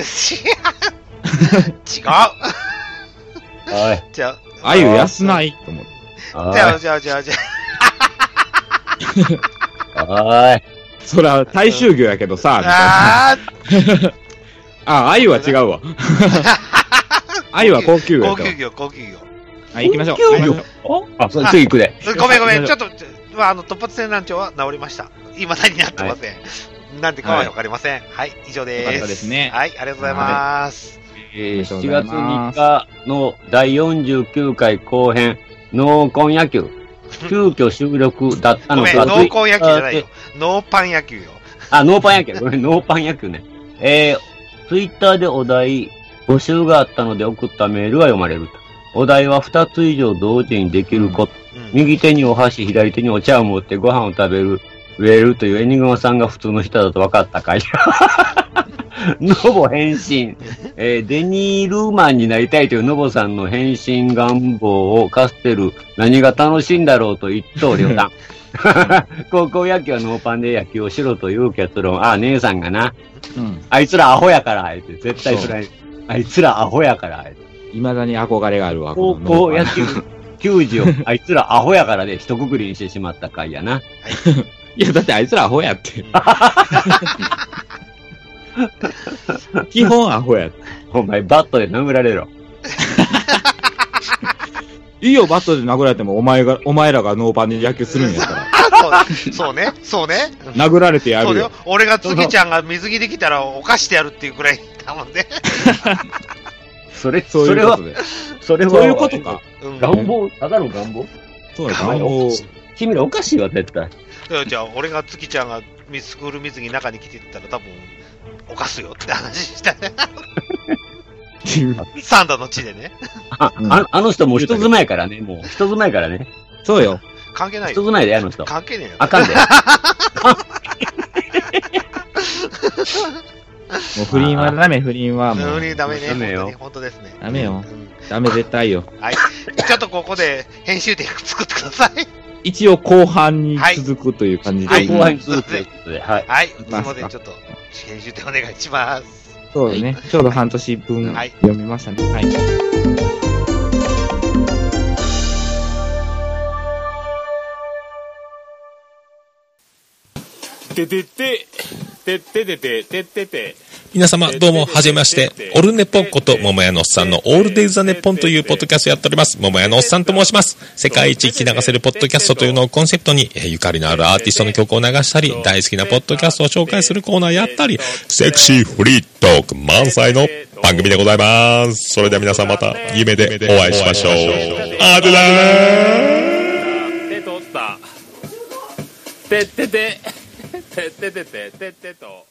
Speaker 1: おい。
Speaker 7: じゃあ。あゆ安ないと思う。
Speaker 1: じゃあ、じゃあ、じゃあ、じゃ
Speaker 3: あ。おい。
Speaker 7: そら、大衆魚やけどさ、ああ、あゆは違うわ。あゆは高級魚
Speaker 1: 高級魚、高級魚。
Speaker 7: はい、行きましょう。
Speaker 3: あ、それ次行くで。
Speaker 1: ごめんごめん、ちょっと、まあ、あの、突発性難聴は治りました。今何になってません。なんでかはわかりません。はい、以上です。
Speaker 7: ですね。
Speaker 1: はい、ありがとうございます。
Speaker 3: えー、7月3日の第49回後編、濃紺野球。急遽収録だったの
Speaker 1: か。濃紺野球じゃないよ。ノーパン野球よ。
Speaker 3: あ、ノーパン野球。ごめん、ノーパン野球ね。えー、ツイッターでお題、募集があったので送ったメールは読まれるお題は2つ以上同時にできること。右手にお箸、左手にお茶を持ってご飯を食べる。ウェルというエニグマさんが普通の人だと分かったかい ノボ返信、えー、デニー・ルーマンになりたいというノボさんの返信願望をカステル、何が楽しいんだろうと一刀両断。 高校野球はノーパンで野球をしろという結論。あ、姉さんがな。うん、あいつらアホやから、あえて。絶対それ。あいつらアホやから、あえ
Speaker 7: て。いまだに憧れがあるわ。
Speaker 3: 高校 野球、球児を、あいつらアホやからで一括りにしてしまった回やな。はい
Speaker 7: いや、だってあいつらアホやって。基本アホやって。
Speaker 3: お前、バットで殴られろ。
Speaker 7: いいよ、バットで殴られても、お前が、お前らがノーパンで野球するんやから。
Speaker 1: そうそうね、そうね。
Speaker 7: 殴られてや
Speaker 1: そう
Speaker 7: る
Speaker 1: だ
Speaker 7: よ
Speaker 1: よ。。俺が次ちゃんが水着できたら犯してやるっていうくらいだもんね。
Speaker 3: それ、
Speaker 7: そう
Speaker 3: そ
Speaker 7: い
Speaker 3: れ
Speaker 7: うこ
Speaker 3: は
Speaker 7: とで、
Speaker 3: それは、
Speaker 7: そういうことか。
Speaker 3: 願望、ただの願望
Speaker 7: そう
Speaker 3: だ、願望。君らおかしいわ、絶対。
Speaker 1: だからじゃあ、俺が月ちゃんがミスクール水着中に着てったら多分、犯すよって話したね。サンダの地でね。
Speaker 3: あ、ああの人もう人妻やからね、もう。人妻やからね。
Speaker 7: そうよ。
Speaker 1: 関係ない
Speaker 3: 人妻やで、あの人。
Speaker 1: 関係ねえよ。
Speaker 3: あかんで。
Speaker 7: もう不倫はダメ、不倫は。もう
Speaker 1: 無理ダメね。
Speaker 7: ダメよ。
Speaker 1: 本当ですね。
Speaker 7: ダメよ。ダメ絶対よ。
Speaker 1: はい。ちょっとここで編集点作ってください。
Speaker 7: 一応後半に続くという感じで。
Speaker 1: はい後半に
Speaker 3: 続くということで、はい。
Speaker 1: はい。すいません、ちょっと編集点お願いします。
Speaker 7: そうですね。ちょうど半年分
Speaker 1: はい
Speaker 7: 読みましたね。はい。
Speaker 13: ててて、てててて、ててて。
Speaker 2: 皆様どうも、はじめまして。オルネポンこと、桃屋のおっさんのオールデイズ・ザ・ネッポンというポッドキャストをやっております。桃屋のおっさんと申します。世界一聞き流せるポッドキャストというのをコンセプトに、えーゆかりのあるアーティストの曲を流したり、大好きなポッドキャストを紹介するコーナーやったり、セクシーフリートーク満載の番組でございます。それでは皆さんまた、夢でお会いしましょう。あでだ
Speaker 13: てとった。ててて、てててて、ててと。